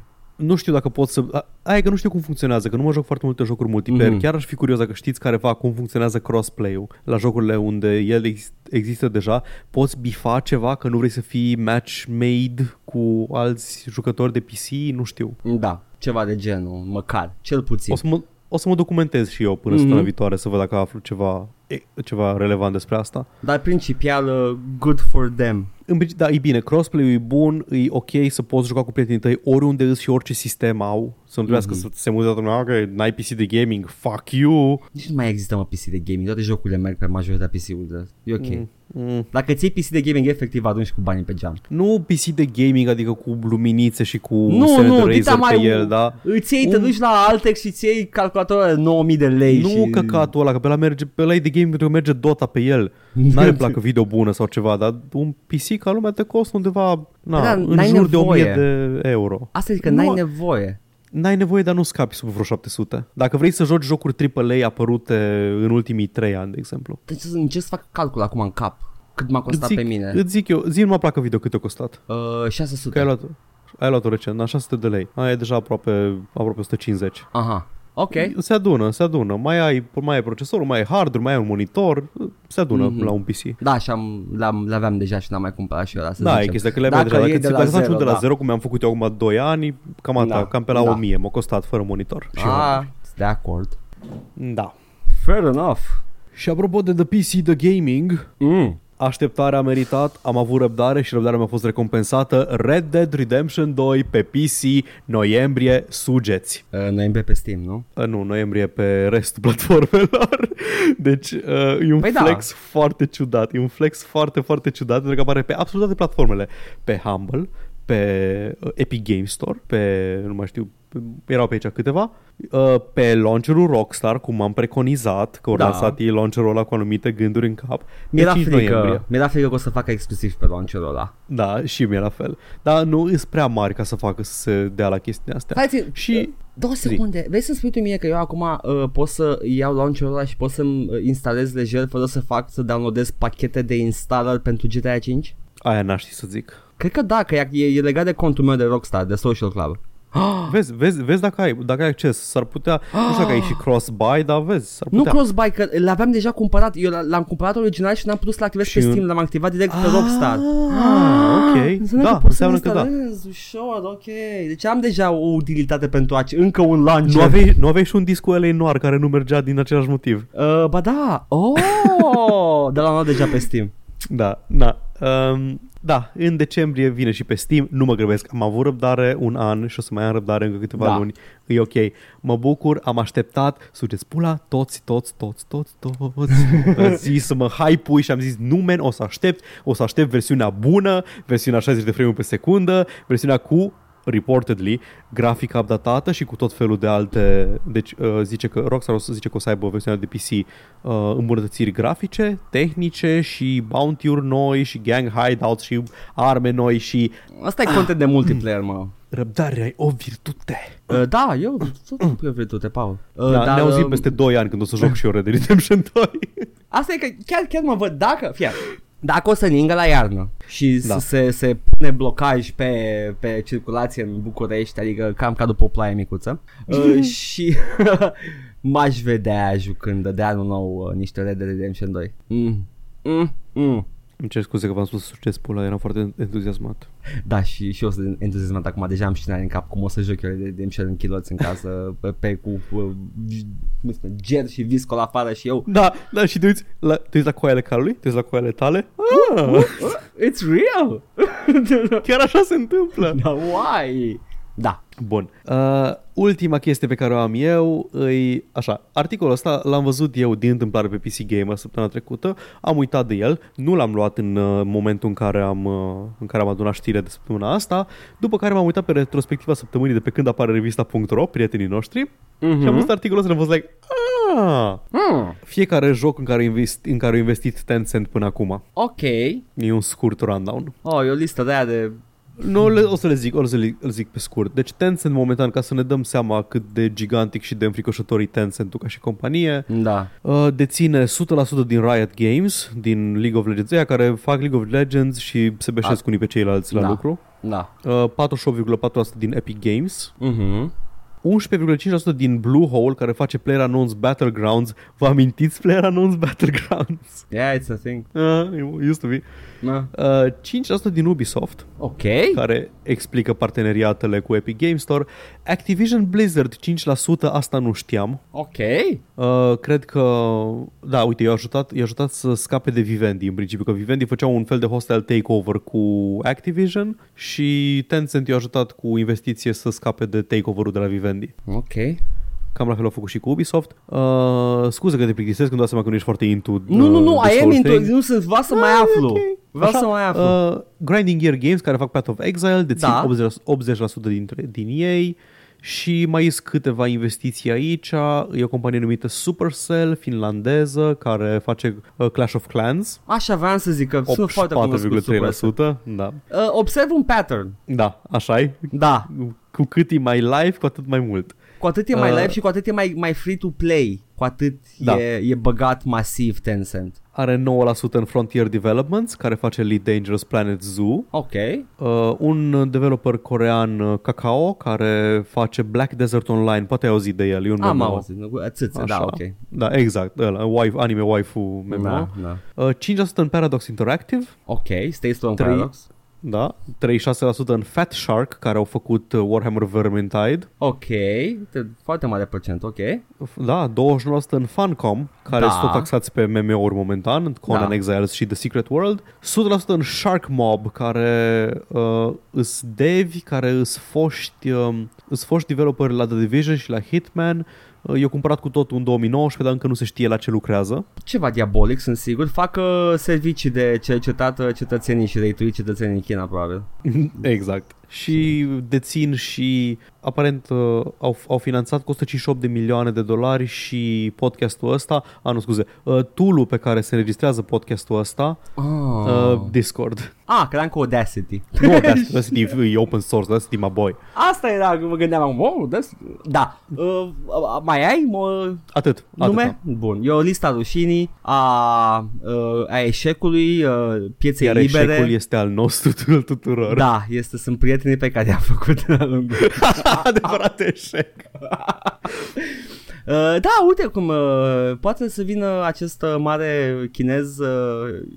B: nu știu dacă pot să... a- Aia e că nu știu cum funcționează, că nu mă joc foarte multe jocuri multiplayer. Mm-hmm.
A: Mhm.
B: Chiar aș fi curios dacă știți careva cum funcționează crossplay-ul la jocurile unde el ex- există deja. Poți bifa ceva că nu vrei să fii match made cu alți jucători de PC? Nu știu.
A: Da, ceva de genul, măcar, cel puțin.
B: O să mă, o să mă documentez și eu până mm-hmm.
A: Mhm.
B: săptămâna viitoare să văd dacă aflu ceva ceva relevant despre asta.
A: Dar principial, uh, good for them.
B: În princi- Da, e bine, crossplay-ul e bun, e ok să poți juca cu prietenii tăi oriunde îți și orice sistem au, să nu trebuiască
A: Mhm.
B: mm-hmm. să se muze toată lumea, "Ah, că n-ai PC de gaming, fuck you.
A: Nici nu mai există mă PC de gaming, toate jocurile merg pe majoritatea PC-urilor. E ok. Mm.
B: Mm.
A: Dacă ții PC de gaming efectiv, atunci cu banii pe geam.
B: Nu PC de gaming, adică cu luminițe și cu
A: Nu,
B: semne
A: nu,
B: de
A: dita
B: Razer
A: mai
B: pe el, da?
A: Îți iei, te
B: Un-
A: duci la Altex și îți iei calculatorul de 9000 de lei
B: Nu
A: și...
B: căcatul ăla, că pe ăla, merge, pe ăla e de gaming pentru că merge Dota pe el. N-are placă video bună sau ceva, dar un PC ca lumea te costă undeva na,
A: Da,
B: în
A: n-ai
B: jur de
A: nevoie.
B: 1000 de euro.
A: Asta e că
B: Nu.
A: n-ai nevoie.
B: N-ai nevoie, dar nu scapi sub vreo 700. Dacă vrei să joci jocuri AAA apărute în ultimii 3 ani, de exemplu.
A: Deci să- încerc să fac calcul acum în cap. Cât m-a
B: Îți
A: costat
B: zic,
A: pe mine.
B: îți zic eu, zi numai placă video cât a costat.
A: Uh,
B: Că ai
A: 600.
B: luat, ai luat-o recent, la 600 de lei. Aia e deja aproape, aproape 150.
A: Aha. Ok.
B: Se adună, se adună. Mai ai, mai ai procesorul, mai ai hardware, mai ai un monitor, se adună mm-hmm. la un PC.
A: Da, și am, le-am, le aveam deja și n-am mai cumpărat și eu ăla, să
B: Da, e
A: zicem.
B: chestia că le
A: Dacă
B: aveai deja. Dacă,
A: e
B: ți- dacă îți faci unul de la
A: da.
B: zero, cum am făcut eu acum 2 ani, cam, atâta,
A: Da,
B: cam pe la
A: da.
B: 1000 m-a costat fără monitor. Da. Și
A: Ah, de acord.
B: Da.
A: Fair enough.
B: Și apropo de The PC, The Gaming,
A: Mm.
B: Așteptarea a meritat, am avut răbdare și răbdarea mi-a fost recompensată. Red Dead Redemption 2 pe PC, noiembrie, sugeți.
A: Uh, noiembrie pe Steam, nu?
B: Uh, nu, noiembrie pe restul platformelor. Deci uh, e un
A: Păi
B: păi
A: da.
B: flex da. foarte ciudat, e un flex foarte, foarte ciudat, pentru că apare pe absolut toate platformele. Pe Humble, pe uh, Epic Game Store, pe, nu mai știu, pe- erau pe aici câteva, uh, pe launcherul Rockstar, cum am preconizat, că au
A: Da.
B: da. lansat ei launcherul ăla cu anumite gânduri în cap. pe
A: Mi-era
B: 5 Deci noiembrie.
A: frică, mi-era frică că o să facă exclusiv pe launcherul ăla.
B: Da, și mie la fel. Dar nu sunt prea mari ca să facă să se dea la chestiile astea.
A: Hai
B: și
A: Două secunde, vrei să-mi spui tu mie că eu acum uh, pot să iau launcherul ăla și pot să-mi uh, instalez lejer fără să fac să downloadez pachete de installer pentru GTA 5?
B: aia n-aș ști să zic.
A: Cred că da, că e, e legat de contul meu de Rockstar, de Social Club. Ah.
B: Vezi, vezi, vezi dacă, ai, dacă ai acces, s-ar putea, nu știu dacă ai și cross-buy, dar vezi, s-ar
A: Ah. Nu
B: putea.
A: Crossbuy, că l-aveam deja cumpărat, eu l- l-am cumpărat original și n-am putut să-l activez
B: Și
A: pe
B: un-
A: Steam, l-am activat direct pe Rockstar.
B: Ah, ok.
A: Înseamnă
B: Da,
A: că pot
B: înseamnă
A: să-mi
B: că da.
A: instalez Ușor, ok. Deci am deja o utilitate pentru aci, încă un launcher.
B: Nu aveai, nu aveai și un disc cu L.A. Noir care nu mergea din același motiv.
A: Uh, ba da, oh, de la nou deja pe Steam.
B: Da, da. Um, da, în decembrie vine și pe Steam, nu mă grăbesc. Am avut răbdare un an și o să mai am răbdare încă câteva
A: Da.
B: da. luni. E ok. Mă bucur, am așteptat, sugeți pula, toți, toți, toți, toți, toți. Am zis să mă hype și am zis, nu men, o să aștept, o să aștept versiunea bună, versiunea 60 de frame pe secundă, versiunea cu reportedly, grafica updatată și cu tot felul de alte, deci uh, zice că Rockstar o să zice că o să aibă versiunea de PC uh, îmbunătățiri grafice, tehnice și bounty-uri noi și gang hideouts și arme noi și
A: Asta e content de multiplayer, mă.
B: răbdarea e o virtute.
A: Uh, da, eu tot pe virtute, Paul. Uh,
B: Da, ne auzim
A: uh,
B: peste 2 ani când o să joc și eu Red Dead Redemption 2.
A: Asta e că chiar, chiar mă văd, dacă, fie, dacă o să ningă la iarnă și da.
B: Da.
A: se, se pune blocaj pe, pe circulație în București, adică cam ca după o plaie micuță, uh, și m-aș vedea jucând de anul nou uh, niște Red Dead Redemption 2. Mm. Mm. Mm.
B: Îmi cer scuze că v-am spus succes pula, eram foarte entuziasmat.
A: Da, și, și eu sunt entuziasmat acum, deja am scenarii în cap cum o să joc eu Red Dead Redemption în chiloți în casă, pe, pe cu uh, cum se spune, ger și viscol afară și eu
B: Da, da, și te uiți la, te uiți la coaiele calului, te uiți la coaiele tale. Ah,
A: It's real!
B: chiar așa se întâmplă.
A: da, why? Da.
B: Bun. Uh, ultima chestie pe care o am eu îi... Așa, articolul ăsta l-am văzut eu din întâmplare pe PC Gamer săptămâna trecută, am uitat de el, nu l-am luat în uh, momentul în care am, uh, în care am adunat știrea de săptămâna asta, după care m-am uitat pe retrospectiva săptămânii de pe când apare revista.ro, prietenii noștri, și am văzut articolul ăsta și am fost like, "Ah,
A: Hmm.
B: fiecare joc în care, invest, în care a investit Tencent până acum.
A: Ok.
B: E un scurt rundown.
A: Oh, e o listă de aia de...
B: Nu, le, o să le zic, o să le, îl zic pe scurt. Deci Tencent momentan, ca să ne dăm seama cât de gigantic și de înfricoșător e Tencent ca și companie,
A: Da.
B: uh, deține 100% din Riot Games, din League of Legends, ăia care fac League of Legends și se beșesc unii pe ceilalți la
A: Da.
B: lucru.
A: Da.
B: Uh, 48,4% din Epic Games,
A: Mhm.
B: 11,5% din Bluehole care face PlayerUnknown's Battlegrounds. Vă amintiți PlayerUnknown's Battlegrounds?
A: Yeah, it's a thing.
B: Uh, it used to be.
A: No.
B: Uh, 5% din Ubisoft,
A: Ok.
B: care explică parteneriatele cu Epic Games Store. Activision Blizzard 5%, asta nu știam.
A: Ok.
B: Uh, cred că, da, uite, i-a ajutat, i-a ajutat să scape de Vivendi în principiu, că Vivendi făcea un fel de hostile takeover cu Activision și Tencent i-a ajutat cu investiție să scape de takeover-ul de la Vivendi.
A: Ok.
B: Cam la fel au făcut și cu Ubisoft. Uh, scuze că te plictisesc, îmi dau seama că nu ești foarte into uh,
A: Nu, nu, nu,
B: this
A: I am
B: whole
A: into,
B: thing.
A: nu sunt, vreau să mai
B: Ah, e
A: aflu.
B: ok.
A: Vreau
B: Așa,
A: să mai aflu.
B: Uh, Grinding Gear Games, care fac Path of Exile, dețin
A: Da.
B: da. 80%, 80% dintre, din ei și mai sunt câteva investiții aici. E o companie numită Supercell, finlandeză, care face uh, Clash of Clans.
A: Așa vreau să zic că sunt foarte cunoscut super asta.
B: 84,3%. Da.
A: Uh, observ un pattern.
B: da, așa e.
A: Da.
B: Cu cât e mai live, cu atât mai mult.
A: Cu atât e mai
B: Uh,
A: live și cu atât e mai, mai free to play. Cu atât
B: Da.
A: e, e băgat masiv Tencent.
B: Are 9% în Frontier Developments, care face Lead Dangerous Planet Zoo.
A: Ok.
B: Uh, un developer corean uh, Kakao care face Black Desert Online, poate ai auzit de el, eu nu
A: Am auzit. nu? Țâță, da, ok.
B: Da, exact, ăla, wife, anime waifu MMO.
A: Da,
B: Da.
A: da.
B: Uh, 5% în Paradox Interactive,
A: Ok, Stay Strong
B: Trei.
A: Paradox.
B: da, 36% în Fat Shark, care au făcut uh, Warhammer Vermintide,
A: Ok, uite, foarte mare procent, ok.
B: F- da, 29% în Funcom, care
A: Da.
B: sunt tot taxați pe MMO-uri momentan, Conan
A: Da.
B: Exiles și The Secret World, 100% în Shark Mob, care uh, îs devi, care îs foști, uh, îs foști developeri la The Division și la Hitman, uh, eu cumpărat cu totul în 2019, dar încă nu se știe la ce lucrează.
A: Ceva diabolic, sunt sigur. Fac uh, servicii de cercetat uh, cetățenii și reituit cetățenii în China, probabil.
B: Exact. Și dețin și aparent uh, au, au finanțat cu 158 de milioane de dolari și podcastul ăsta, a nu scuze, uh, tool pe care se înregistrează podcastul ăsta,
A: Oh.
B: uh, Discord.
A: Ah, credeam că Audacity.
B: nu Audacity, Audacity e open source, Audacity my boy.
A: Asta era, mă gândeam, acum, wow, that's... Da, uh, uh, mai ai mă,
B: Atât.
A: nume?
B: Atâta.
A: da. Bun, e o lista rușinii, a, uh, a eșecului, uh, pieței
B: Iar
A: libere.
B: eșecul este al nostru al tuturor.
A: Da, este, sunt prietenii pe care i-am făcut de-a lungul.
B: Adevărat eșec.
A: Uh, da, uite cum uh, poate să vină acest uh, mare chinez uh,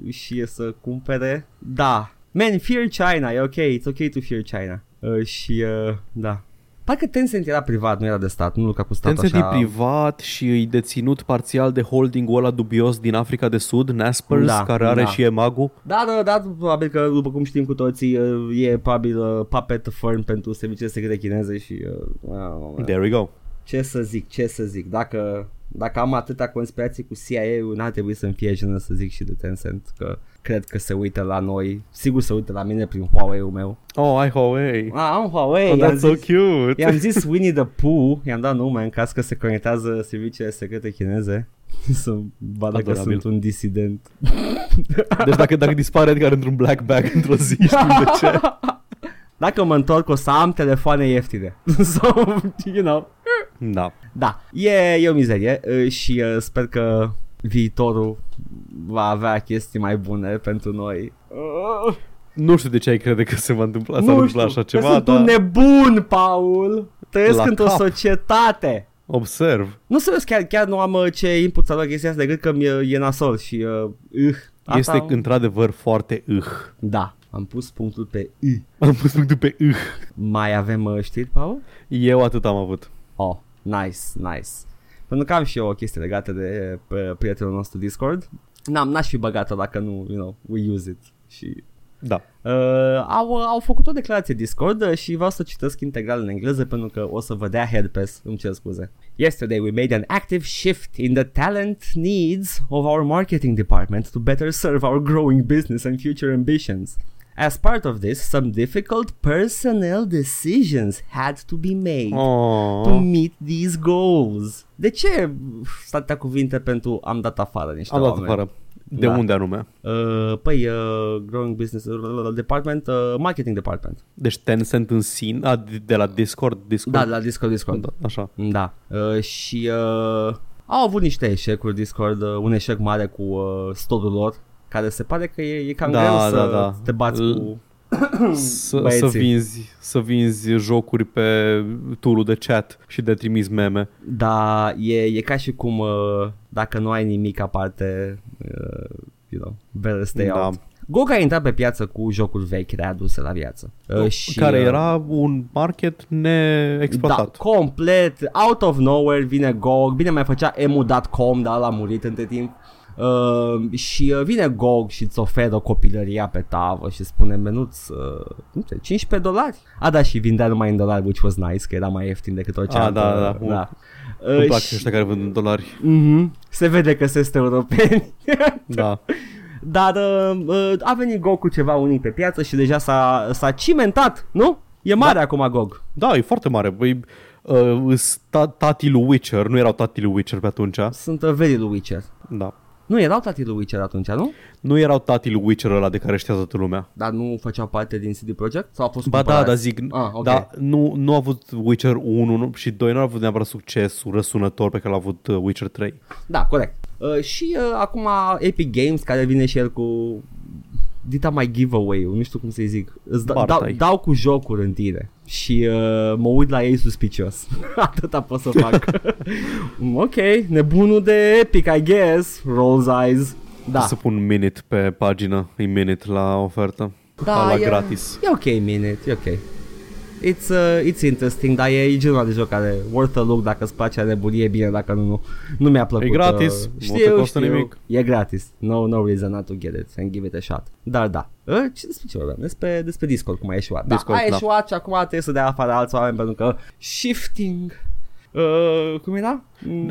A: și să cumpere. Da. Man, fear China, e ok, it's ok to fear China. Uh, și, uh, da. Parcă Tencent era privat, nu era de stat, nu lucra cu statul
B: Tencent e
A: așa.
B: privat și e deținut parțial de holdingul ăla dubios din Africa de Sud, Naspers,
A: Da,
B: care are
A: da.
B: și Emagu.
A: Da, da, da, probabil că, după cum știm cu toții, uh, e probabil uh, puppet firm pentru serviciile secrete chineze și... Uh, wow,
B: There we go.
A: ce să zic, ce să zic, dacă, dacă am atâta conspirații cu CIA-ul, n-ar trebui să-mi fie jenă să zic și de Tencent, că cred că se uită la noi, sigur se uită la mine prin Huawei-ul meu.
B: Oh, ai Huawei.
A: Ah, am Huawei,
B: Oh,
A: i-am,
B: that's so
A: zis,
B: cute.
A: i-am zis Winnie the Pooh, i-am dat nume în caz că se conectează serviciile secrete chineze. Să vadă că
B: Adorabil.
A: sunt un disident.
B: Deci dacă, dacă dispare Edgar într-un black bag într-o zi, știm de ce.
A: Dacă mă întorc o să am telefoane ieftine. so, you know.
B: Da.
A: Da, e, e o mizerie uh, și uh, sper că viitorul va avea chestii mai bune pentru noi. Uh,
B: Nu știu de ce ai crede că se va întâmpla, s-a întâmplat
A: că
B: așa ceva,
A: sunt
B: dar
A: un nebun, Paul! Trăiesc
B: La
A: într-o
B: cap.
A: societate!
B: observ.
A: Nu serios, chiar, chiar nu am uh, ce input să dau chestia asta decât că mi e nasol și uh, uh, asta,
B: Este într-adevăr foarte îh.
A: Da, am pus punctul pe I.
B: Am pus punctul pe îh.
A: Mai avem uh, știri, Paul?
B: Eu atât am avut.
A: Oh, nice, nice. Pentru că am și eu o chestie legată de uh, prietenul nostru Discord. N-am, n-aș fi băgat-o dacă nu, you know, we use it. Și
B: Da.
A: Uh, au, au făcut o declarație Discord uh, și vreau să citesc integral în engleză pentru că o să vă dea headpass, îmi cer scuze. Yesterday we made an active shift in the talent needs of our marketing department to better serve our growing business and future ambitions. As part of this, some difficult personnel decisions had to be made to
B: Oh.
A: meet these goals. De ce statea cuvinte pentru am dat afară niște
B: Am dat
A: oameni?
B: afară. De
A: Da.
B: unde anume?
A: Uh, păi, uh, Growing Business uh, Department, uh, Marketing Department.
B: Deci Tencent în sine, a, de- de la Discord, Discord.
A: Da, de la Discord, Discord. Da.
B: Da, Așa.
A: da. Uh, și uh, au avut niște eșecuri Discord, uh, un eșec mare cu uh, stodul lor, care se pare că e, e cam
B: Da,
A: greu
B: da,
A: să
B: da.
A: te bați
B: L-
A: cu...
B: să, să,
A: Băieții.
B: vinzi, să vinzi jocuri pe turul de chat și de trimis meme.
A: Dar e, e ca și cum uh, dacă nu ai nimic aparte, uh, you know, better stay
B: Da.
A: da. out. Goga a intrat pe piață cu jocuri vechi readuse la viață. Uh, și,
B: Oh, care
A: uh,
B: era un market neexploatat.
A: Da, complet, out of nowhere vine GOG, bine mai făcea emu.com, dar l-a murit între timp. Uh, și uh, vine GOG și îți oferă copilăria pe tavă și spune menuț, uh, nu știu, 15 dolari. A, da, și vindea numai în dolari, which was nice, că era mai ieftin decât orice
B: Ah,
A: altă-
B: da, da, da.
A: da.
B: Îmi
A: Uh,
B: plac
A: și-
B: ăștia care vând în dolari.
A: Mhm. Se vede că sunt europeni.
B: Da.
A: Dar uh, uh, a venit GOG cu ceva unic pe piață și deja s-a, s-a cimentat, nu? E mare acum GOG.
B: Da, e foarte mare. Băi, uh, sta- tatii lui Witcher, nu erau tatii lui Witcher pe atunci.
A: Sunt uh, very lui Witcher.
B: Da.
A: Nu erau tatii lui Witcher atunci, nu?
B: Nu erau tatii lui Witcher ăla de care știa toată lumea.
A: Dar nu făceau parte din CD Projekt? Sau a fost
B: Ba da,
A: cumpărat?
B: dar zic,
A: Ah, ok.
B: da, nu, nu a avut Witcher 1 nu- și 2 nu a avut neapărat succesul răsunător pe care l-a avut uh, Witcher 3.
A: Da, corect. Uh, și uh, acum Epic Games, care vine și el cu dita mai giveaway-ul, nu știu cum să-i zic. Îți da, dau,
B: Bartai.
A: dau cu jocuri în tine și uh, mă uit la ei suspicios. Atâta pot să fac. ok, nebunul de Epic, I guess. Rolls eyes. Da.
B: Să pun minute pe pagină, e minute la ofertă.
A: da
B: la
A: e,
B: gratis.
A: E ok, minute, e ok. It's, uh, it's interesting, dar e, e genul de joc care worth a look dacă îți place nebunie, e bine, dacă nu, nu, nu mi-a plăcut.
B: E gratis,
A: uh,
B: nu
A: știu,
B: te costă
A: știu,
B: nimic.
A: E gratis, no, no reason not to get it and give it a shot. Dar da, uh, ce despre ce vorbeam? Despre, despre Discord, cum a ieșuat.
B: Discord,
A: da, a
B: da.
A: ieșuat și acum trebuie să dea afară alți oameni pentru că shifting... Uh, cum era?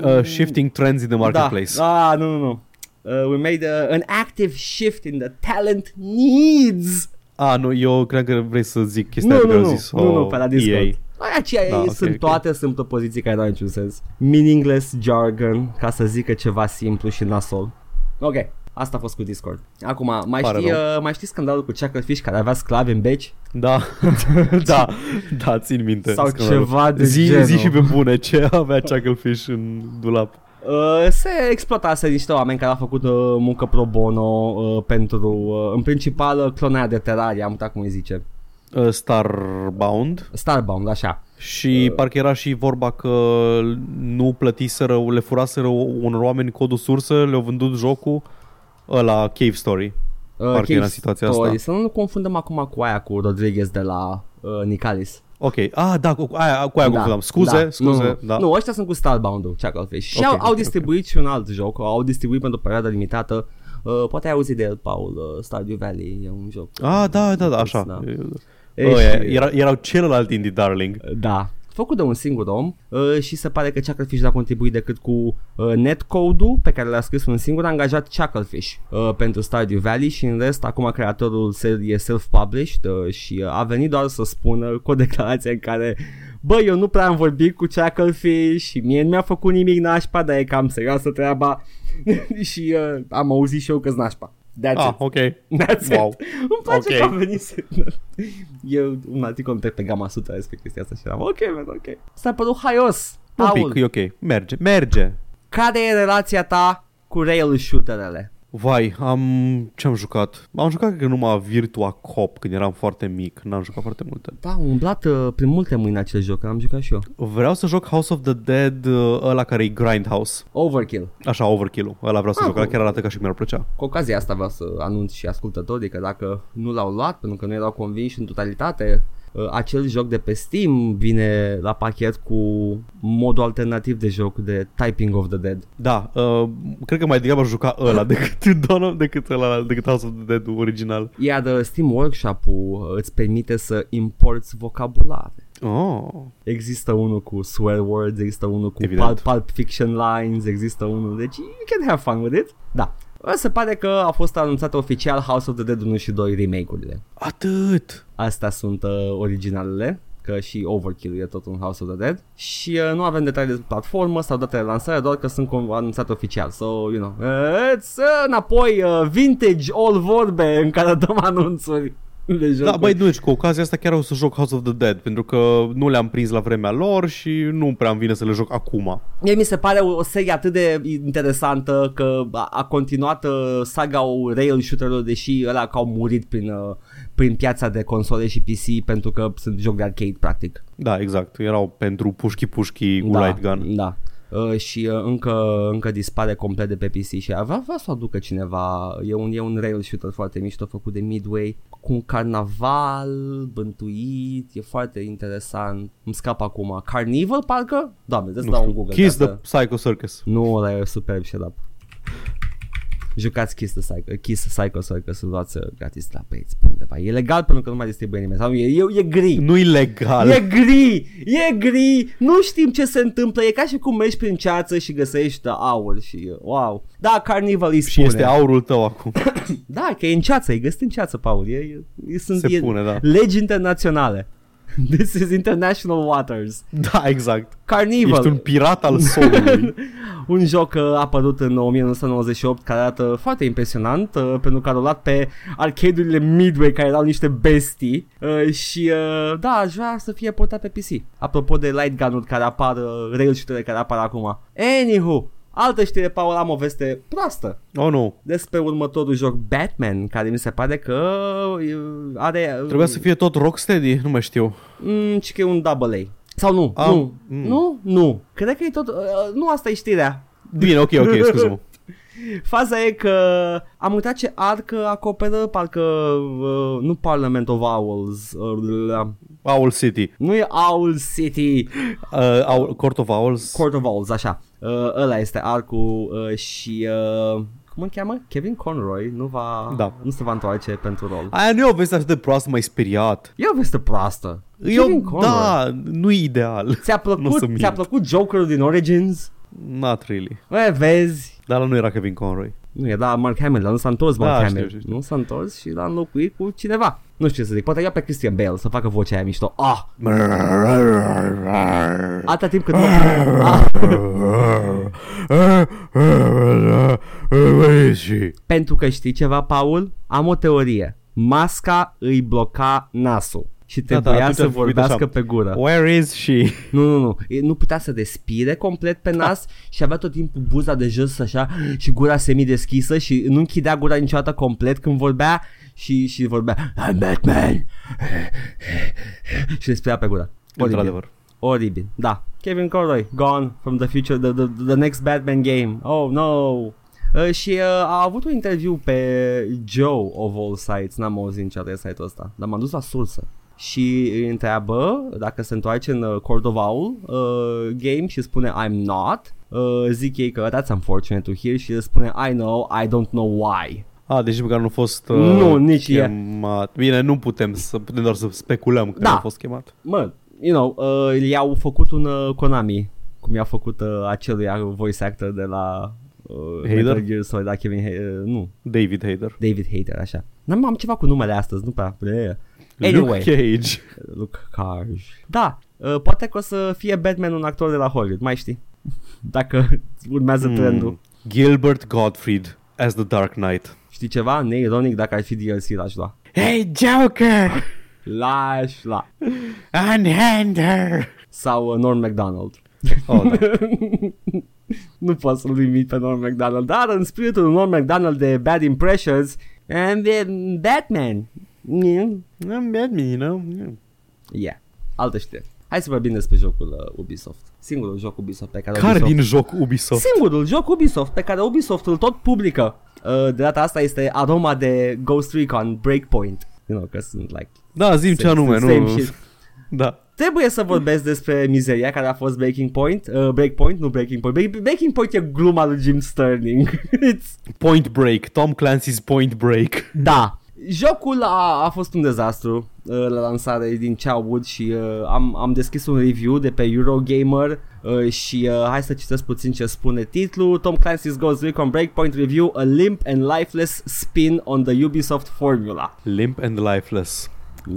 B: Uh, shifting trends in the marketplace.
A: Da. Ah, nu, nu, nu. Uh, we made a, an active shift in the talent needs
B: A, Ah, nu, eu cred că vrei să zic chestia
A: nu,
B: pe
A: nu,
B: care adică au
A: nu,
B: zis oh,
A: nu, nu, pe la Discord.
B: EA.
A: Aia aceea da,
B: Da, ok,
A: sunt
B: ok.
A: toate sunt propoziții care nu au niciun sens. Meaningless jargon, ca să zică ceva simplu și nasol. Ok, asta a fost cu Discord. Acum, mai,
B: Pare
A: știi,
B: rău.
A: uh, mai știi scandalul cu Chucklefish care avea sclavi în beci?
B: Da, da, da, țin minte.
A: Sau
B: scandalul.
A: ceva de
B: zi,
A: genul.
B: Zi și pe bune ce avea Chucklefish în dulap.
A: Uh, se exploatase niște oameni care au făcut uh, muncă pro bono uh, pentru, uh, în principal, uh, clonarea de Terraria, am uitat cum îi zice.
B: Uh, Starbound
A: Starbound, așa.
B: și uh. parcă era și vorba că nu plătiseră, le furaseră unor oameni codul sursă, le-au vândut jocul la Cave Story.
A: Uh,
B: Parcă
A: Cave
B: era situația asta.
A: Story. Să nu ne confundăm acum cu aia cu Rodriguez de la uh, Nicalis.
B: Ok, ah, da, cu aia, cu aia da. confundam. Scuze,
A: da,
B: scuze,
A: nu,
B: da.
A: Nu, ăștia sunt cu Starbound-ul, Chucklefish. Și
B: Ok,
A: au,
B: ok,
A: au
B: ok.
A: distribuit și un alt joc, au distribuit pentru o perioadă limitată. Uh, poate ai auzit de el, Paul, uh, Stardew Valley, e un joc.
B: Ah, da, da, da, așa.
A: Da.
B: Da.
A: E,
B: Ăia,
A: și-
B: era, erau celălalt indie darling.
A: Da. Făcut de un singur om uh, și se pare că Chucklefish n-a contribuit decât cu uh, netcode-ul pe care l-a scris un singur angajat Chucklefish uh, pentru Stardew Valley și în rest acum creatorul se- e self-published uh, și uh, a venit doar să spună cu o declarație în care Bă, eu nu prea am vorbit cu Chucklefish și mie nu mi-a făcut nimic nașpa, dar e cam serioasă treaba și uh, am auzit și eu că-s nașpa. That's
B: Ah,
A: it.
B: ok.
A: That's
B: Wow.
A: it. Îmi place
B: Ok.
A: că am venit să... Eu un articol întreg pe Gama 100 despre chestia asta și eram ok, man, ok. S-a părut haios.
B: Un
A: Paul,
B: pic, e ok. Merge, merge.
A: care e relația ta cu rail shooterele?
B: Vai, am... ce-am jucat? Am jucat cred că numai Virtua Cop când eram foarte mic, n-am jucat foarte multe.
A: Da, am umblat uh, prin multe mâini în acel joc, am jucat și eu.
B: Vreau să joc House of the Dead, uh, ăla care e Grindhouse.
A: Overkill.
B: Așa, Overkill-ul. Ăla vreau să
A: Ah,
B: joc, ăla
A: cool.
B: chiar arată ca și mi-ar plăcea.
A: Cu ocazia asta vreau să anunț și ascultătorii că dacă nu l-au luat, pentru că nu erau convinși în totalitate, uh, acel joc de pe Steam vine la pachet cu modul alternativ de joc de Typing of the Dead.
B: Da, uh, cred că mai degrabă aș juca ăla decât, Dawn of- decât, ăla, decât House of the Dead original.
A: Iar uh, Steam Workshop-ul uh, îți permite să importi vocabulare.
B: Oh,
A: Există unul cu swear words, există unul cu
B: Evident.
A: pulp, pulp fiction lines, există unul, deci you can have fun with it. Da. Uh, Se pare că a fost anunțat oficial House of the Dead 1 și 2 remake-urile.
B: atât!
A: Astea sunt uh, originalele că și Overkill e tot un House of the Dead și uh, nu avem detalii despre platformă sau datele lansării, doar că sunt com- anunțate oficial. So, you know, uh, it's uh, înapoi uh, vintage all vorbe în care dăm anunțuri. de jocuri.
B: Da, băi, nu ești cu ocazia asta chiar o să joc House of the Dead, pentru că nu le-am prins la vremea lor și nu prea am vine să le joc acum.
A: Mie mi se pare o, o serie atât de interesantă că a, a continuat uh, saga rail shooter deși ăla că au murit prin, uh, prin piața de console și PC pentru că sunt joc de arcade, practic.
B: Da, exact. Erau pentru pușchi-pușchi cu
A: da,
B: light gun.
A: Da. Uh, și uh, încă, încă dispare complet de pe PC și avea vrea să o aducă cineva. E un, e un rail shooter foarte mișto făcut de Midway cu un carnaval bântuit, e foarte interesant. Îmi scap acum. Carnival parcă? Doamne, trebuie să
B: Nu
A: dau un
B: știu.
A: Google.
B: Kiss
A: ca
B: the
A: să-
B: Psycho Circus.
A: Nu, ăla e superb și up. Jucați Kiss the Psycho, Kiss the Psycho Circus, îl luați uh, gratis la pe undeva. E legal pentru că nu mai distribuie nimeni. Sau e, e, e gri.
B: Nu-i legal.
A: E gri, e gri, nu știm ce se întâmplă, e ca și cum mergi prin ceață și găsești aur și uh, wow. Da, Carnival îi
B: Și
A: spune.
B: este aurul tău acum.
A: Da, că e în ceață, e găsit în ceață, Paul. E, e, e, sunt,
B: Se
A: e
B: pune, da.
A: legi internaționale. This is international waters.
B: Da, exact.
A: Carnival.
B: Ești un pirat al solului.
A: un joc uh, apărut în 1998 care arată foarte impresionant uh, pentru că a rulat pe arcade-urile Midway care erau niște bestii uh, și uh, da, aș vrea să fie portat pe PC. Apropo de light gun-uri care apar, uh, rail shooter care apar acum. Anywho, altă știre, Paul, am o veste proastă
B: Oh, nu.
A: despre următorul joc Batman, care mi se pare că uh, are... uh,
B: Trebuia să fie tot Rocksteady, nu mai știu.
A: Mm, ci că e un double A. Sau nu?
B: Am-
A: nu.
B: mm.
A: Nu? Nu. Cred că e tot... Uh, nu asta e știrea.
B: Bine, ok, ok, scuze-mă.
A: Faza e că am uitat ce arc acoperă, parcă uh, nu Parliament of Owls, uh,
B: Owl City.
A: nu e Owl City,
B: Uh, Owl, Court of Owls.
A: Court of Owls, așa. Uh, ăla este arcul uh, și uh, cum îl cheamă? Kevin Conroy nu va
B: Da.
A: nu se va întoarce pentru rol.
B: Aia nu e o veste așa de proastă, mai speriat.
A: E o veste proastă.
B: Eu,
A: Kevin Conroy.
B: da, nu-i ideal.
A: Ți-a
B: N-o să
A: plăcut,
B: mint.
A: ți-a plăcut Jokerul din Origins?
B: Not really.
A: Bă, vezi,
B: Dar ăla nu era Kevin Conroy.
A: Nu era Mark Hamill, dar nu s-a întors Mark
B: Da,
A: Hamill.
B: știu, știu, știu.
A: Nu s-a întors și l-a înlocuit cu cineva. Nu știu ce să zic, poate ia pe Christian Bale să facă vocea aia mișto. Ah!
B: Da.
A: Atâta timp cât nu... Ah! Pentru că știi ceva, Paul? Am o teorie. Masca îi bloca nasul. Și
B: da,
A: trebuia
B: atunci
A: să
B: ar fi vorbit
A: vorbească
B: așa.
A: pe gură.
B: Where is she?
A: Nu, nu, nu. E- Nu putea să respire complet pe nas și avea tot timpul buza de jos așa și gura semideschisă și nu închidea gura niciodată complet când vorbea și, și vorbea I'm Batman și respira pe gură. Oribil.
B: Într-adevăr.
A: Oribil. Da. Kevin Conroy, gone from the future, the, the, the next Batman game. Oh, no. Uh, și uh, a avut un interviu pe Joe of all sites, n-am auzit niciodată de site-ul ăsta, dar m-am dus la sursă și îi întreabă dacă se întoarce în uh, Court of Owl uh, game și spune I'm not, uh, zic ei că that's unfortunate to hear și el spune I know, I don't know why.
B: A, deci măcar nu a fost uh,
A: Nu, nici e.
B: chemat. Bine, nu putem să putem doar să speculăm că
A: Da.
B: nu a fost chemat.
A: Mă, you know, uh, i-au făcut un uh, Konami, cum i-a făcut uh, acelui voice actor de la uh,
B: Hader?
A: Metal Gear Solid, da, Kevin, Hay- uh, nu,
B: David Hayter.
A: David Hater, așa. N-am am ceva cu numele astăzi, nu prea. Bleh.
B: Luke
A: Anyway,
B: Cage.
A: Luke Cage. Da, uh, poate că o să fie Batman un actor de la Hollywood, mai știi. Dacă urmează mm. trendul.
B: Mm. Gilbert Gottfried as the Dark Knight.
A: Știi ceva? Neironic dacă ar fi DLC l-aș lua.
B: Hey Joker,
A: L-aș lua.
B: unhand her.
A: Sau uh, Norm MacDonald.
B: Oh, da.
A: nu pot să-l imit pe Norm MacDonald, dar în spiritul lui Norm MacDonald de Bad Impressions, and uh, Batman. Mm.
B: I'm Batman, you know.
A: Yeah. Altă știre. Hai să vorbim despre jocul uh, Ubisoft. Singurul joc Ubisoft pe care
B: Care
A: Ubisoft...
B: din joc Ubisoft?
A: Singurul joc Ubisoft pe care Ubisoft îl tot publică. Uh, de data asta este aroma de Ghost Recon Breakpoint. You know, că sunt like...
B: Da, zim ce
A: same-
B: anume,
A: same
B: nu.
A: shit.
B: Da.
A: Trebuie să vorbesc despre mizeria care a fost Breaking Point. Uh, Breakpoint, nu Breaking Point. Bre- Breaking Point e gluma lui Jim Sterling. It's...
B: Point Break, Tom Clancy's Point Break.
A: Da. Jocul a, a fost un dezastru uh, la lansare din ce aud și uh, am, am deschis un review de pe Eurogamer uh, și uh, hai să citesc puțin ce spune titlul Tom Clancy's Ghost Recon Breakpoint Review A Limp and Lifeless Spin on the Ubisoft Formula
B: Limp and Lifeless.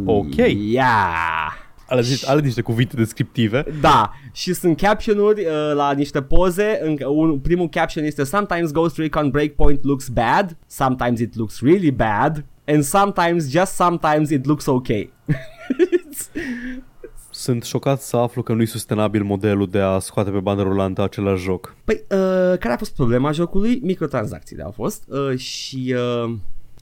B: Ok.
A: Yeah
B: Ale, zis, ale niște cuvinte descriptive.
A: Da, și sunt caption-uri uh, la niște poze, în, un, primul caption este Sometimes Ghost Recon Breakpoint looks bad, sometimes it looks really bad And sometimes, just sometimes, it looks okay.
B: Sunt șocat să aflu că nu-i sustenabil modelul de a scoate pe bandă rulantă același joc.
A: Păi, uh, care a fost problema jocului? Microtransacțiile au fost uh, și uh,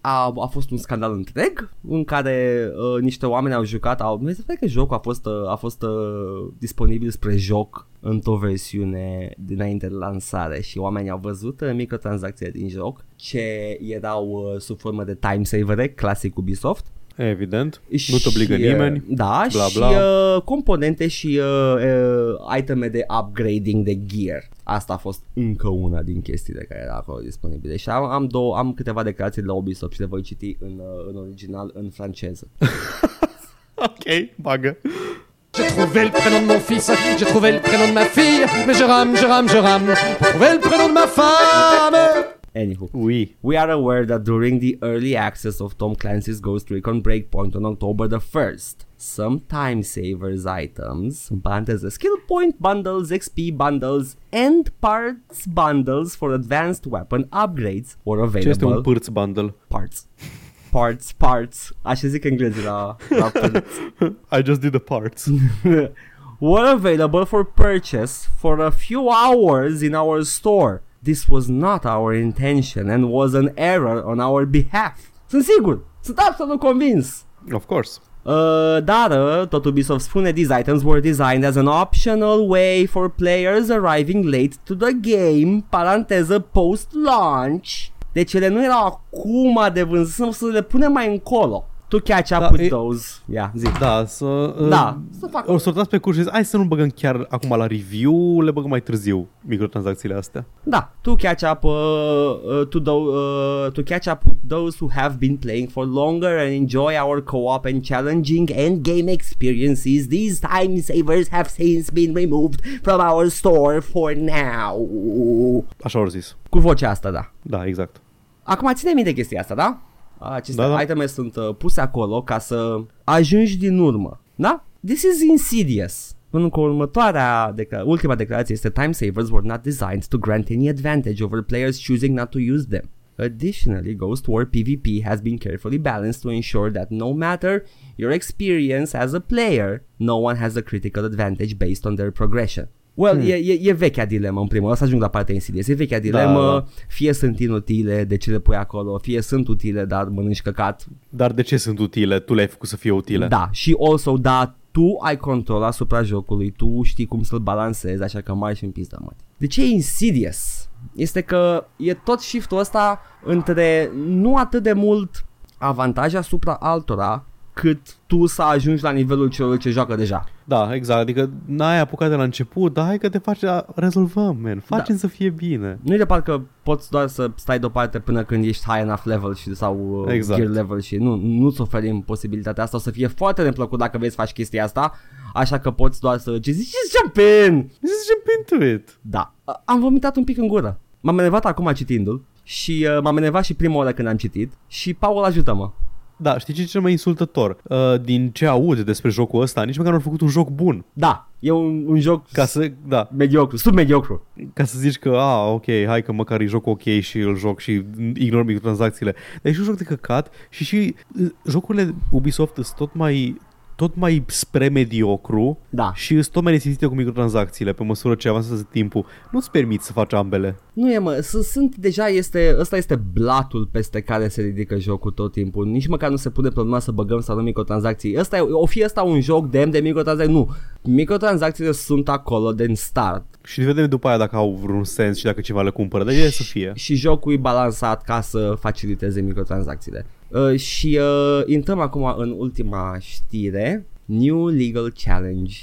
A: a, a fost un scandal întreg în care uh, niște oameni au jucat, au, mi se pare că jocul a fost, uh, a fost uh, disponibil spre joc într-o versiune dinainte de lansare și oamenii au văzut uh, microtransacțiile din joc ce erau uh, sub formă de time savere, clasic Ubisoft
B: Evident, nu-te obligă
A: și,
B: nimeni.
A: uh, Da,
B: bla,
A: și
B: bla.
A: Uh, componente și uh, uh, iteme de upgrading de gear. Asta a fost încă una din chestiile care era acolo disponibile. Și am, am, două, am câteva declarații de la Ubisoft și le voi citi în, uh, în original în franceză.
B: Ok, bagă.
C: J'ai trouvé le prénom de mon fils, j'ai trouvé le prénom de ma fille, mais je rame, je rame, je rame pour trouver le prénom de ma femme.
A: Anywho.
B: Ui.
A: We are aware that during the early access of Tom Clancy's Ghost Recon Breakpoint on October the 1st, some time savers items, în paranteză, skill point bundles, XP bundles, and parts bundles for advanced weapon upgrades were
B: Ce este un
A: available.
B: pârț bundle?
A: parts. Parts, parts. Așa zic englezii la, la parts.
B: I just did the parts.
A: were available for purchase for a few hours in our store. This was not our intention and was an error on our behalf. Sunt sigur, sunt absolut convins.
B: of course.
A: Uh, dar, uh, tot Ubisoft spune, these items were designed as an optional way for players arriving late to the game, paranteză post-launch. Deci ele nu erau acum de vânzare, să le punem mai încolo. To catch up
B: Da,
A: with
B: e-
A: those. Ia, zi.
B: Da, să...
A: Da, să fac-
B: O sortați pe curs și zic, hai să nu băgăm chiar acum la review, le băgăm mai târziu microtransacțiile astea.
A: Da, to catch up uh, uh, to, tho- uh, to catch up with those who have been playing for longer and enjoy our co-op and challenging end game experiences. These time savers have since been removed from our store for now.
B: Așa au zis.
A: Cu vocea asta, da.
B: Da, exact.
A: Acum ține minte chestia asta, da? Aceste
B: Da,
A: da,
B: da.
A: da. iteme sunt uh, puse acolo ca să ajungi din urmă, da? This is insidious. Pentru că următoarea, decla- ultima declarație este Time savers were not designed to grant any advantage over players choosing not to use them. Additionally, Ghost War PvP has been carefully balanced to ensure that no matter your experience as a player, no one has a critical advantage based on their progression. Well, hmm. e, e, e vechea dilemă în primul rând, o să ajung la partea insidious, e vechea dilemă,
B: da,
A: da,
B: da.
A: da fie sunt inutile, de ce le pui acolo, fie sunt utile, dar mănânci căcat.
B: Dar de ce sunt utile? Tu le-ai făcut să fie utile.
A: Da, și also, da, tu ai control asupra jocului, tu știi cum să-l balancezi, așa că mai și în pizda, mă. De ce e insidious? Este că e tot shift-ul ăsta între nu atât de mult avantaj asupra altora, cât tu să ajungi la nivelul celor ce joacă deja.
B: Da, exact. Adică n-ai apucat de la început, dar hai că te faci, a- rezolvăm, man.
A: Da.
B: Facem să fie bine.
A: Nu e de parcă poți doar să stai deoparte până când ești high enough level și, sau uh,
B: Exact.
A: gear level și nu, nu-ți oferim posibilitatea asta. O să fie foarte neplăcut dacă vezi să faci chestia asta, așa că poți doar să ce zici, jump in!
B: Just jump into it.
A: Da. A- Am vomitat un pic în gură. M-am enervat acum citindu-l și uh, m-am enervat și prima oară când am citit și Paul ajută-mă.
B: Da, știi ce e cel mai insultător? Uh, din ce aud despre jocul ăsta, nici măcar nu au făcut un joc bun.
A: Da, e un, un joc
B: Ca să, da,
A: mediocru, submediocru.
B: ca să zici că, a, ok, hai că măcar e joc ok și îl joc și ignor microtransacțiile. Dar e și un joc de căcat și și uh, jocurile Ubisoft sunt tot mai tot mai spre mediocru
A: Da.
B: și sunt tot mai nesimțite cu microtransacțiile pe măsură ce avansează timpul. Nu-ți permiți să faci ambele.
A: Nu e mă, sunt, sunt deja este, ăsta este blatul peste care se ridică jocul tot timpul. Nici măcar nu se pune problema să băgăm sau nu microtransacții. Ăsta e, o fi ăsta un joc demn de microtransacții? Nu. Microtransacțiile sunt acolo din start.
B: Și vedem după aia dacă au vreun sens și dacă ceva le cumpără. Dar e să fie.
A: Și jocul e balansat ca să faciliteze microtransacțiile. Uh, și uh, intrăm acum în ultima știre. New legal challenge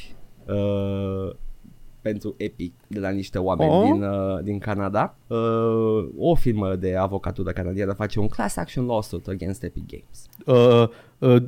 A: uh, pentru Epic de la niște oameni
B: Oh.
A: oh. din, uh, din Canada. Uh, o firmă de avocatură canadiană face un class action lawsuit against Epic Games.
B: Uh, uh,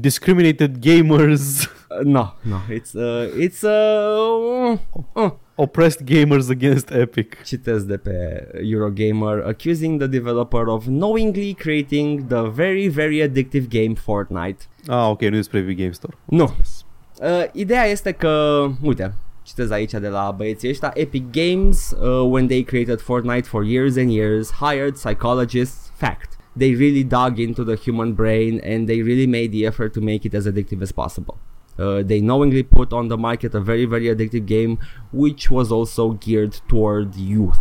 B: discriminated gamers,
A: Uh, no, no, it's, uh, it's uh, uh,
B: oppressed gamers against Epic.
A: Citesc de pe Eurogamer accusing the developer of knowingly creating the very, very addictive game Fortnite.
B: Ah, ok, nu e despre Epic Game Store.
A: Nu. Uh, ideea este că, uite, citez aici de la băieții ăștia, Epic Games, uh, when they created Fortnite for years and years, hired psychologists, fact. they really dug into the human brain and they really made the effort to make it as addictive as possible. Uh, they knowingly put on the market a very, very addictive game which was also geared toward youth.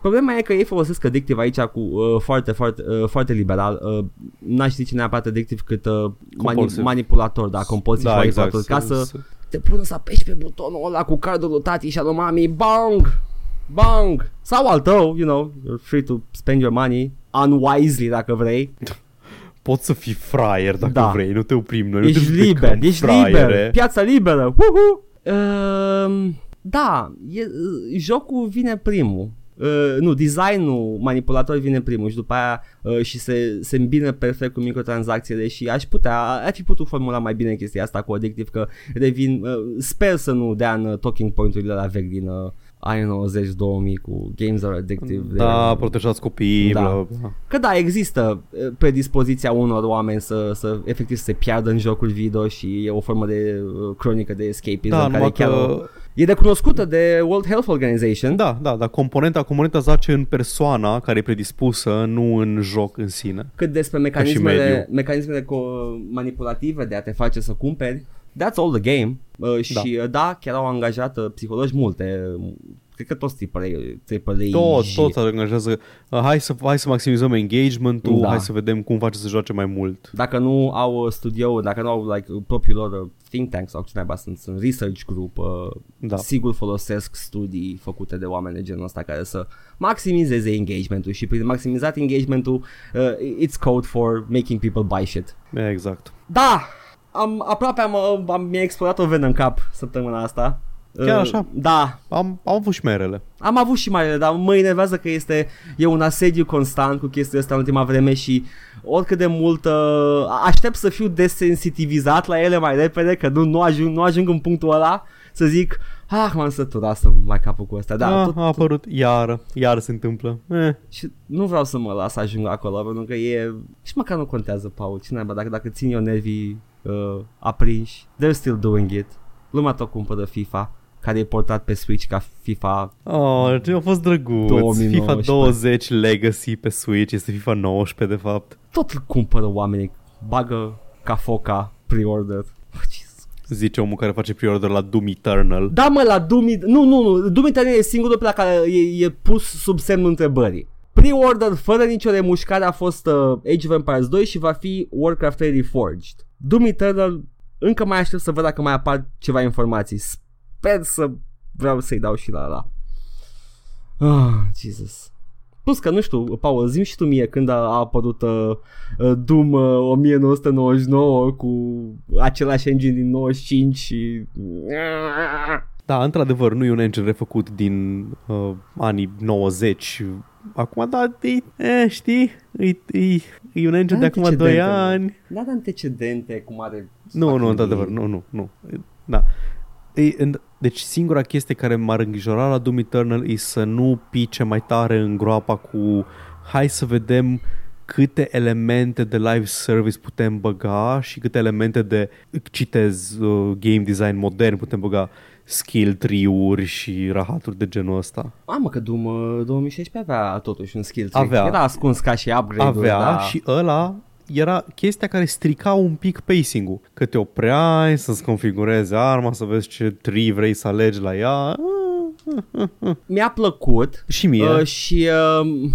A: Problema e că ei folosesc addictiv aici cu uh, foarte, foarte, uh, foarte liberal. Uh, n-aș zice neapărat addictiv cât uh, mani-
B: Compulsiv.
A: manipulator, da, compulsiv da, manipulator, exact. ca să te pun să apeși pe butonul ăla cu cardul lui tati și al lui mami, bang, bang, sau al tău, you know, you're free to spend your money unwisely dacă vrei.
B: Poți să fii fraier dacă
A: Da.
B: da. vrei, nu te oprim noi. nu
A: ești
B: te judecăm,
A: liber, ești
B: fraiere.
A: liber, piața liberă, uhu! Uh, da, e, jocul vine primul. Uh, nu, designul manipulator vine primul și după aia uh, și se, se îmbină perfect cu microtransacțiile și aș putea, ar fi putut formula mai bine chestia asta cu Addictive că revin, uh, sper să nu dea în uh, talking point-urile la vechi din uh, anii 90-2000 cu Games are Addictive.
B: Da,
A: They're-
B: protejați copiii,
A: Da.
B: da. bla, bla.
A: Că da, există eh, predispoziția unor oameni să, să efectiv să se piardă în jocul video și e o formă de uh, cronică de escapism
B: Da,
A: care
B: numai
A: chiar o...
B: că,
A: e recunoscută de World Health Organization.
B: da, da, dar componenta, componenta zace în persoana care e predispusă, nu în joc în sine.
A: Cât despre
B: mediu.
A: mecanismele, mecanismele co- manipulative de a te face să cumperi, that's all the game. Uh, și da. da, chiar au angajat uh, psihologi multe, uh, cred că toți AAA.
B: Tot, tot se angajează. Uh, Hai să, hai să maximizăm engagement-ul,
A: Da.
B: da. hai să vedem cum face să joace mai mult.
A: Dacă nu au uh, studio, dacă nu au like, propriul lor uh, think tank sau ce naiba sunt, sunt research group, uh, da.
B: Da.
A: sigur folosesc studii făcute de oameni de genul ăsta care să maximizeze engagementul și prin maximizat engagementul uh, it's code for making people buy shit.
B: Exact.
A: Da, am aproape am, uh, am mi-a explodat o venă în cap săptămâna asta.
B: Chiar așa?
A: Da,
B: Am, am avut și merele.
A: am avut și mai rele, dar mă enervează că este e un asediu constant cu chestia asta în ultima vreme și oricât de mult uh, aștept să fiu desensitivizat la ele mai repede, că nu, nu, ajung, nu ajung în punctul ăla să zic Ah, m-am săturat să mă mai capul cu ăsta, da,
B: Da,
A: da
B: a,
A: tot,
B: a apărut iară, iară se întâmplă. Eh.
A: și nu vreau să mă las să ajung acolo, pentru că e... Și măcar nu contează, Paul, cine dacă, dacă țin eu nervii uh, aprinși, they're still doing it. Lumea tot cumpără FIFA, care e portat pe Switch ca FIFA
B: Oh, ce a fost drăguț.
A: 2019.
B: FIFA 20 Legacy pe Switch, este FIFA 19 de fapt.
A: tot îl cumpără oamenii, bagă ca foca pre-order. Oh, Jesus.
B: Zice omul care face pre-order la Doom Eternal.
A: Da mă, la Doom It- Nu, nu, nu, Doom Eternal e singurul pe la care e, e pus sub semnul întrebării. Pre-order, fără nicio remușcare, a fost uh, Age of Empires 2 și va fi Warcraft 3 Reforged. Doom Eternal, încă mai aștept să văd dacă mai apar ceva informații. Sper să vreau să-i dau și la la. Ah, Jesus. Plus că, nu știu, Paul, zim și tu mie când a, a apărut uh, uh, Doom uh, 1999 cu același engine din 95 și...
B: Da, într-adevăr, nu e un engine refăcut din uh, anii 90. Acum, da, e, e, știi, e, e, e un engine Da, de acum 2
A: Antecedente.
B: ani.
A: Nu are antecedente cum are...
B: Nu,
A: Acum
B: nu, într-adevăr,
A: e-
B: nu, nu, nu. Da. E, în- deci singura chestie care m-ar îngrijora la Doom Eternal e să nu pice mai tare în groapa cu hai să vedem câte elemente de live service putem băga și câte elemente de, citez, uh, game design modern putem băga skill tree-uri și rahaturi de genul ăsta.
A: Mamă, că Doom uh, 2016 avea totuși un skill tree.
B: Avea.
A: Era ascuns ca și upgrade
B: Avea
A: da.
B: și ăla era chestia care strica un pic pacing-ul. Că te opreai să-ți configurezi arma, să vezi ce tri vrei să alegi la ea. Ah,
A: Mi-a plăcut
B: Și mie.
A: uh, și... Uh,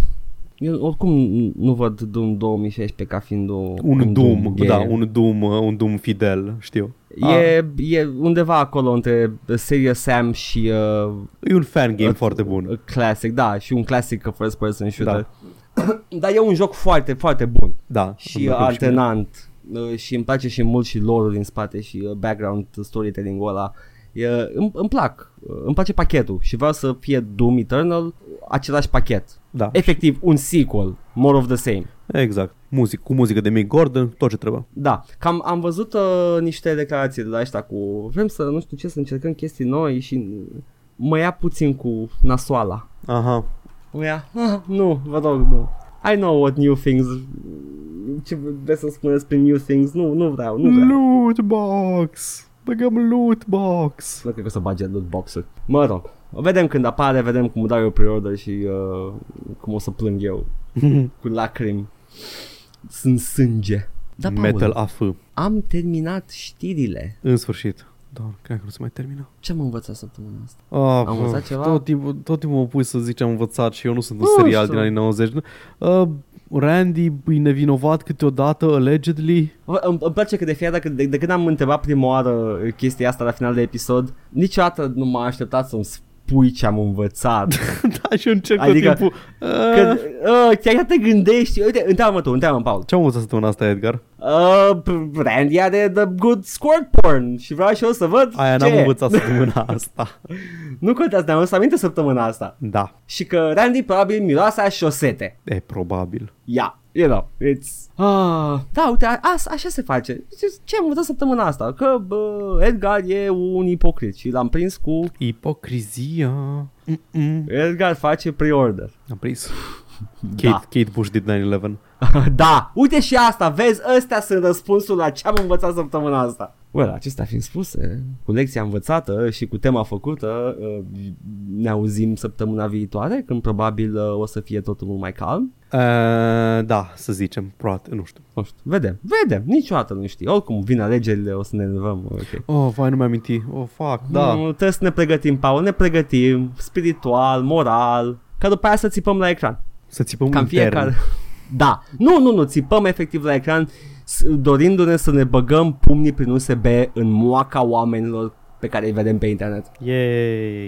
A: eu oricum nu văd Doom 2016 ca fiind o,
B: un, Doom,
A: game.
B: da, un Doom, uh, un Doom fidel, știu. Ah,
A: E, e undeva acolo între Serious Sam și uh,
B: E un fan game
A: Uh,
B: foarte bun.
A: Classic, da, și un classic first person shooter. Da. Dar e un joc foarte, foarte bun
B: Da. îmi
A: și
B: plăcut mie.
A: alternant uh, și îmi place și mult și lore-ul din spate și uh, background storytelling-ul ăla. E, îmi, îmi plac, Uh, îmi place pachetul și vreau să fie Doom Eternal același pachet.
B: Da,
A: Efectiv, un sequel, more of the same.
B: exact. Muzic, cu muzică de Mick Gordon, tot ce trebuie.
A: Da, cam am văzut uh, niște declarații de la ăștia cu vrem să, nu știu ce, să încercăm chestii noi și mă ia puțin cu nasoala.
B: Aha.
A: Mă ia, "Ah, nu, vă rog, nu. I know what new things, ce vreți să spuneți prin new things, nu, nu vreau, nu vreau.
B: Loot box! Băgăm loot box!
A: Nu cred că o să bage loot box-ul. Mă rog, vedem când apare, vedem cum dau eu pre-order și uh, cum o să plâng eu cu lacrimi. Sunt sânge. Da, Paul,
B: Metal AF.
A: am terminat știrile.
B: În sfârșit. Doar, cred că nu se mai termină.
A: Ce am învățat săptămâna asta?
B: Ah,
A: Am învățat
B: bă,
A: ceva?
B: Tot timpul, tot timpul mă pui să zici am învățat și eu nu sunt un
A: Nu
B: serial
A: știu.
B: din anii 90. nu? Uh, Randy e nevinovat câteodată, allegedly.
A: Bă, Îmi, îmi place că de fiecare dată, de, de când am întrebat prima oară chestia asta la final de episod, niciodată nu m-a așteptat să-mi spui ce am învățat.
B: da, și eu încerc
A: Adică,
B: tot timpul. Uh,
A: Că, uh, chiar te gândești, uite, întreabă tu, întreabă Paul.
B: Ce am învățat săptămâna asta, Edgar?
A: Uh, p- Randy are the good squirt porn și vreau și eu să văd
B: Aia
A: ce
B: n-am
A: e.
B: învățat săptămâna asta.
A: Nu contează, ne-am adus aminte săptămâna asta.
B: Da,
A: Și că Randy probabil miroase a șosete.
B: e probabil.
A: Ia, yeah, you know, it's... Ah, da, uite, a, a, așa se face. Ce- Ce am învățat săptămâna asta? Că bă, Edgar e un ipocrit și l-am prins cu...
B: Ipocrizia. Mm-mm.
A: Edgar face pre-order.
B: Am prins. Kate,
A: Da.
B: Kate Bush did 9-11.
A: da, uite și asta, vezi, ăstea sunt răspunsul la ce am învățat săptămâna asta. Well, acestea fiind spuse, cu lecția învățată și cu tema făcută, uh, ne auzim săptămâna viitoare, când probabil uh, o să fie totul mult mai calm.
B: Uh, da, să zicem, proate, nu știu.
A: Nu știu, vedem, vedem, niciodată nu știi. Oricum, vin alegerile, o să ne nervăm. Okay.
B: Oh, vai, nu mi-am amintit. Oh, fuck, da.
A: Mm, Trebuie să ne pregătim, Paul, ne pregătim, spiritual, moral, ca după aia să țipăm la ecran.
B: Să țipăm
A: Cam
B: intern.
A: fiecare. Da. Nu, nu, nu, țipăm efectiv la ecran s- dorindu-ne să ne băgăm pumnii prin USB în moaca oamenilor pe care îi vedem pe internet.
B: Yay.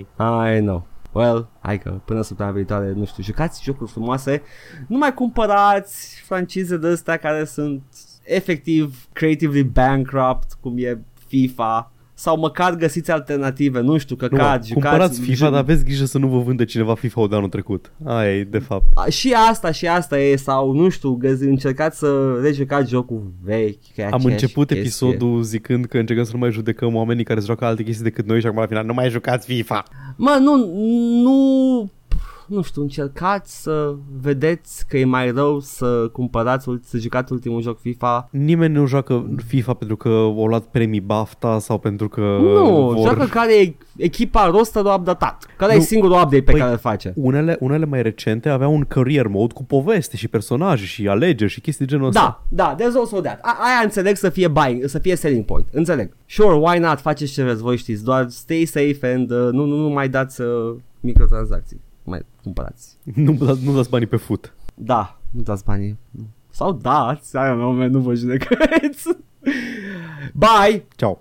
A: I know. Well, hai că până săptămâna viitoare, nu știu, jucați jocuri frumoase, nu mai cumpărați francize de astea care sunt efectiv creatively bankrupt, cum e FIFA, sau măcar găsiți alternative, nu știu,
B: Nu, mă,
A: căcați,
B: cumpărați
A: jucați...
B: FIFA, dar aveți grijă să nu vă vândă cineva FIFA-ul de anul trecut. Aia e, de fapt.
A: A, și asta, și asta e, sau nu știu, găzi, încercați să rejucați jocul vechi. că e
B: Am
A: aceeași
B: început
A: chestie.
B: episodul zicând că încercăm să nu mai judecăm oamenii care se joacă alte chestii decât noi și acum la final nu mai jucați FIFA.
A: Mă, nu, nu, nu știu, încercați să vedeți că e mai rău să cumpărați, ul- să jucați ultimul joc FIFA.
B: Nimeni nu joacă FIFA pentru că au luat premii BAFTA sau pentru că
A: nu,
B: vor...
A: joacă care e echipa rosterul updatat, care
B: Nu.
A: e singurul update pe
B: Păi-
A: care îl face.
B: Unele, unele mai recente aveau un career mode cu poveste și personaje și alegeri și chestii de genul ăsta.
A: Da, da, there's also that. A- aia înțeleg să fie buying, să fie selling point. Înțeleg. Sure, why not? Faceți ce vreți, voi știți. Doar stay safe and uh, nu, nu, nu mai dați uh, microtransacții. Mai cumpărați.
B: Nu, da- nu dați banii pe foot.
A: Da, nu dați banii. Sau dați, aia meu, nu vă judecați. Bye!
B: Ciao.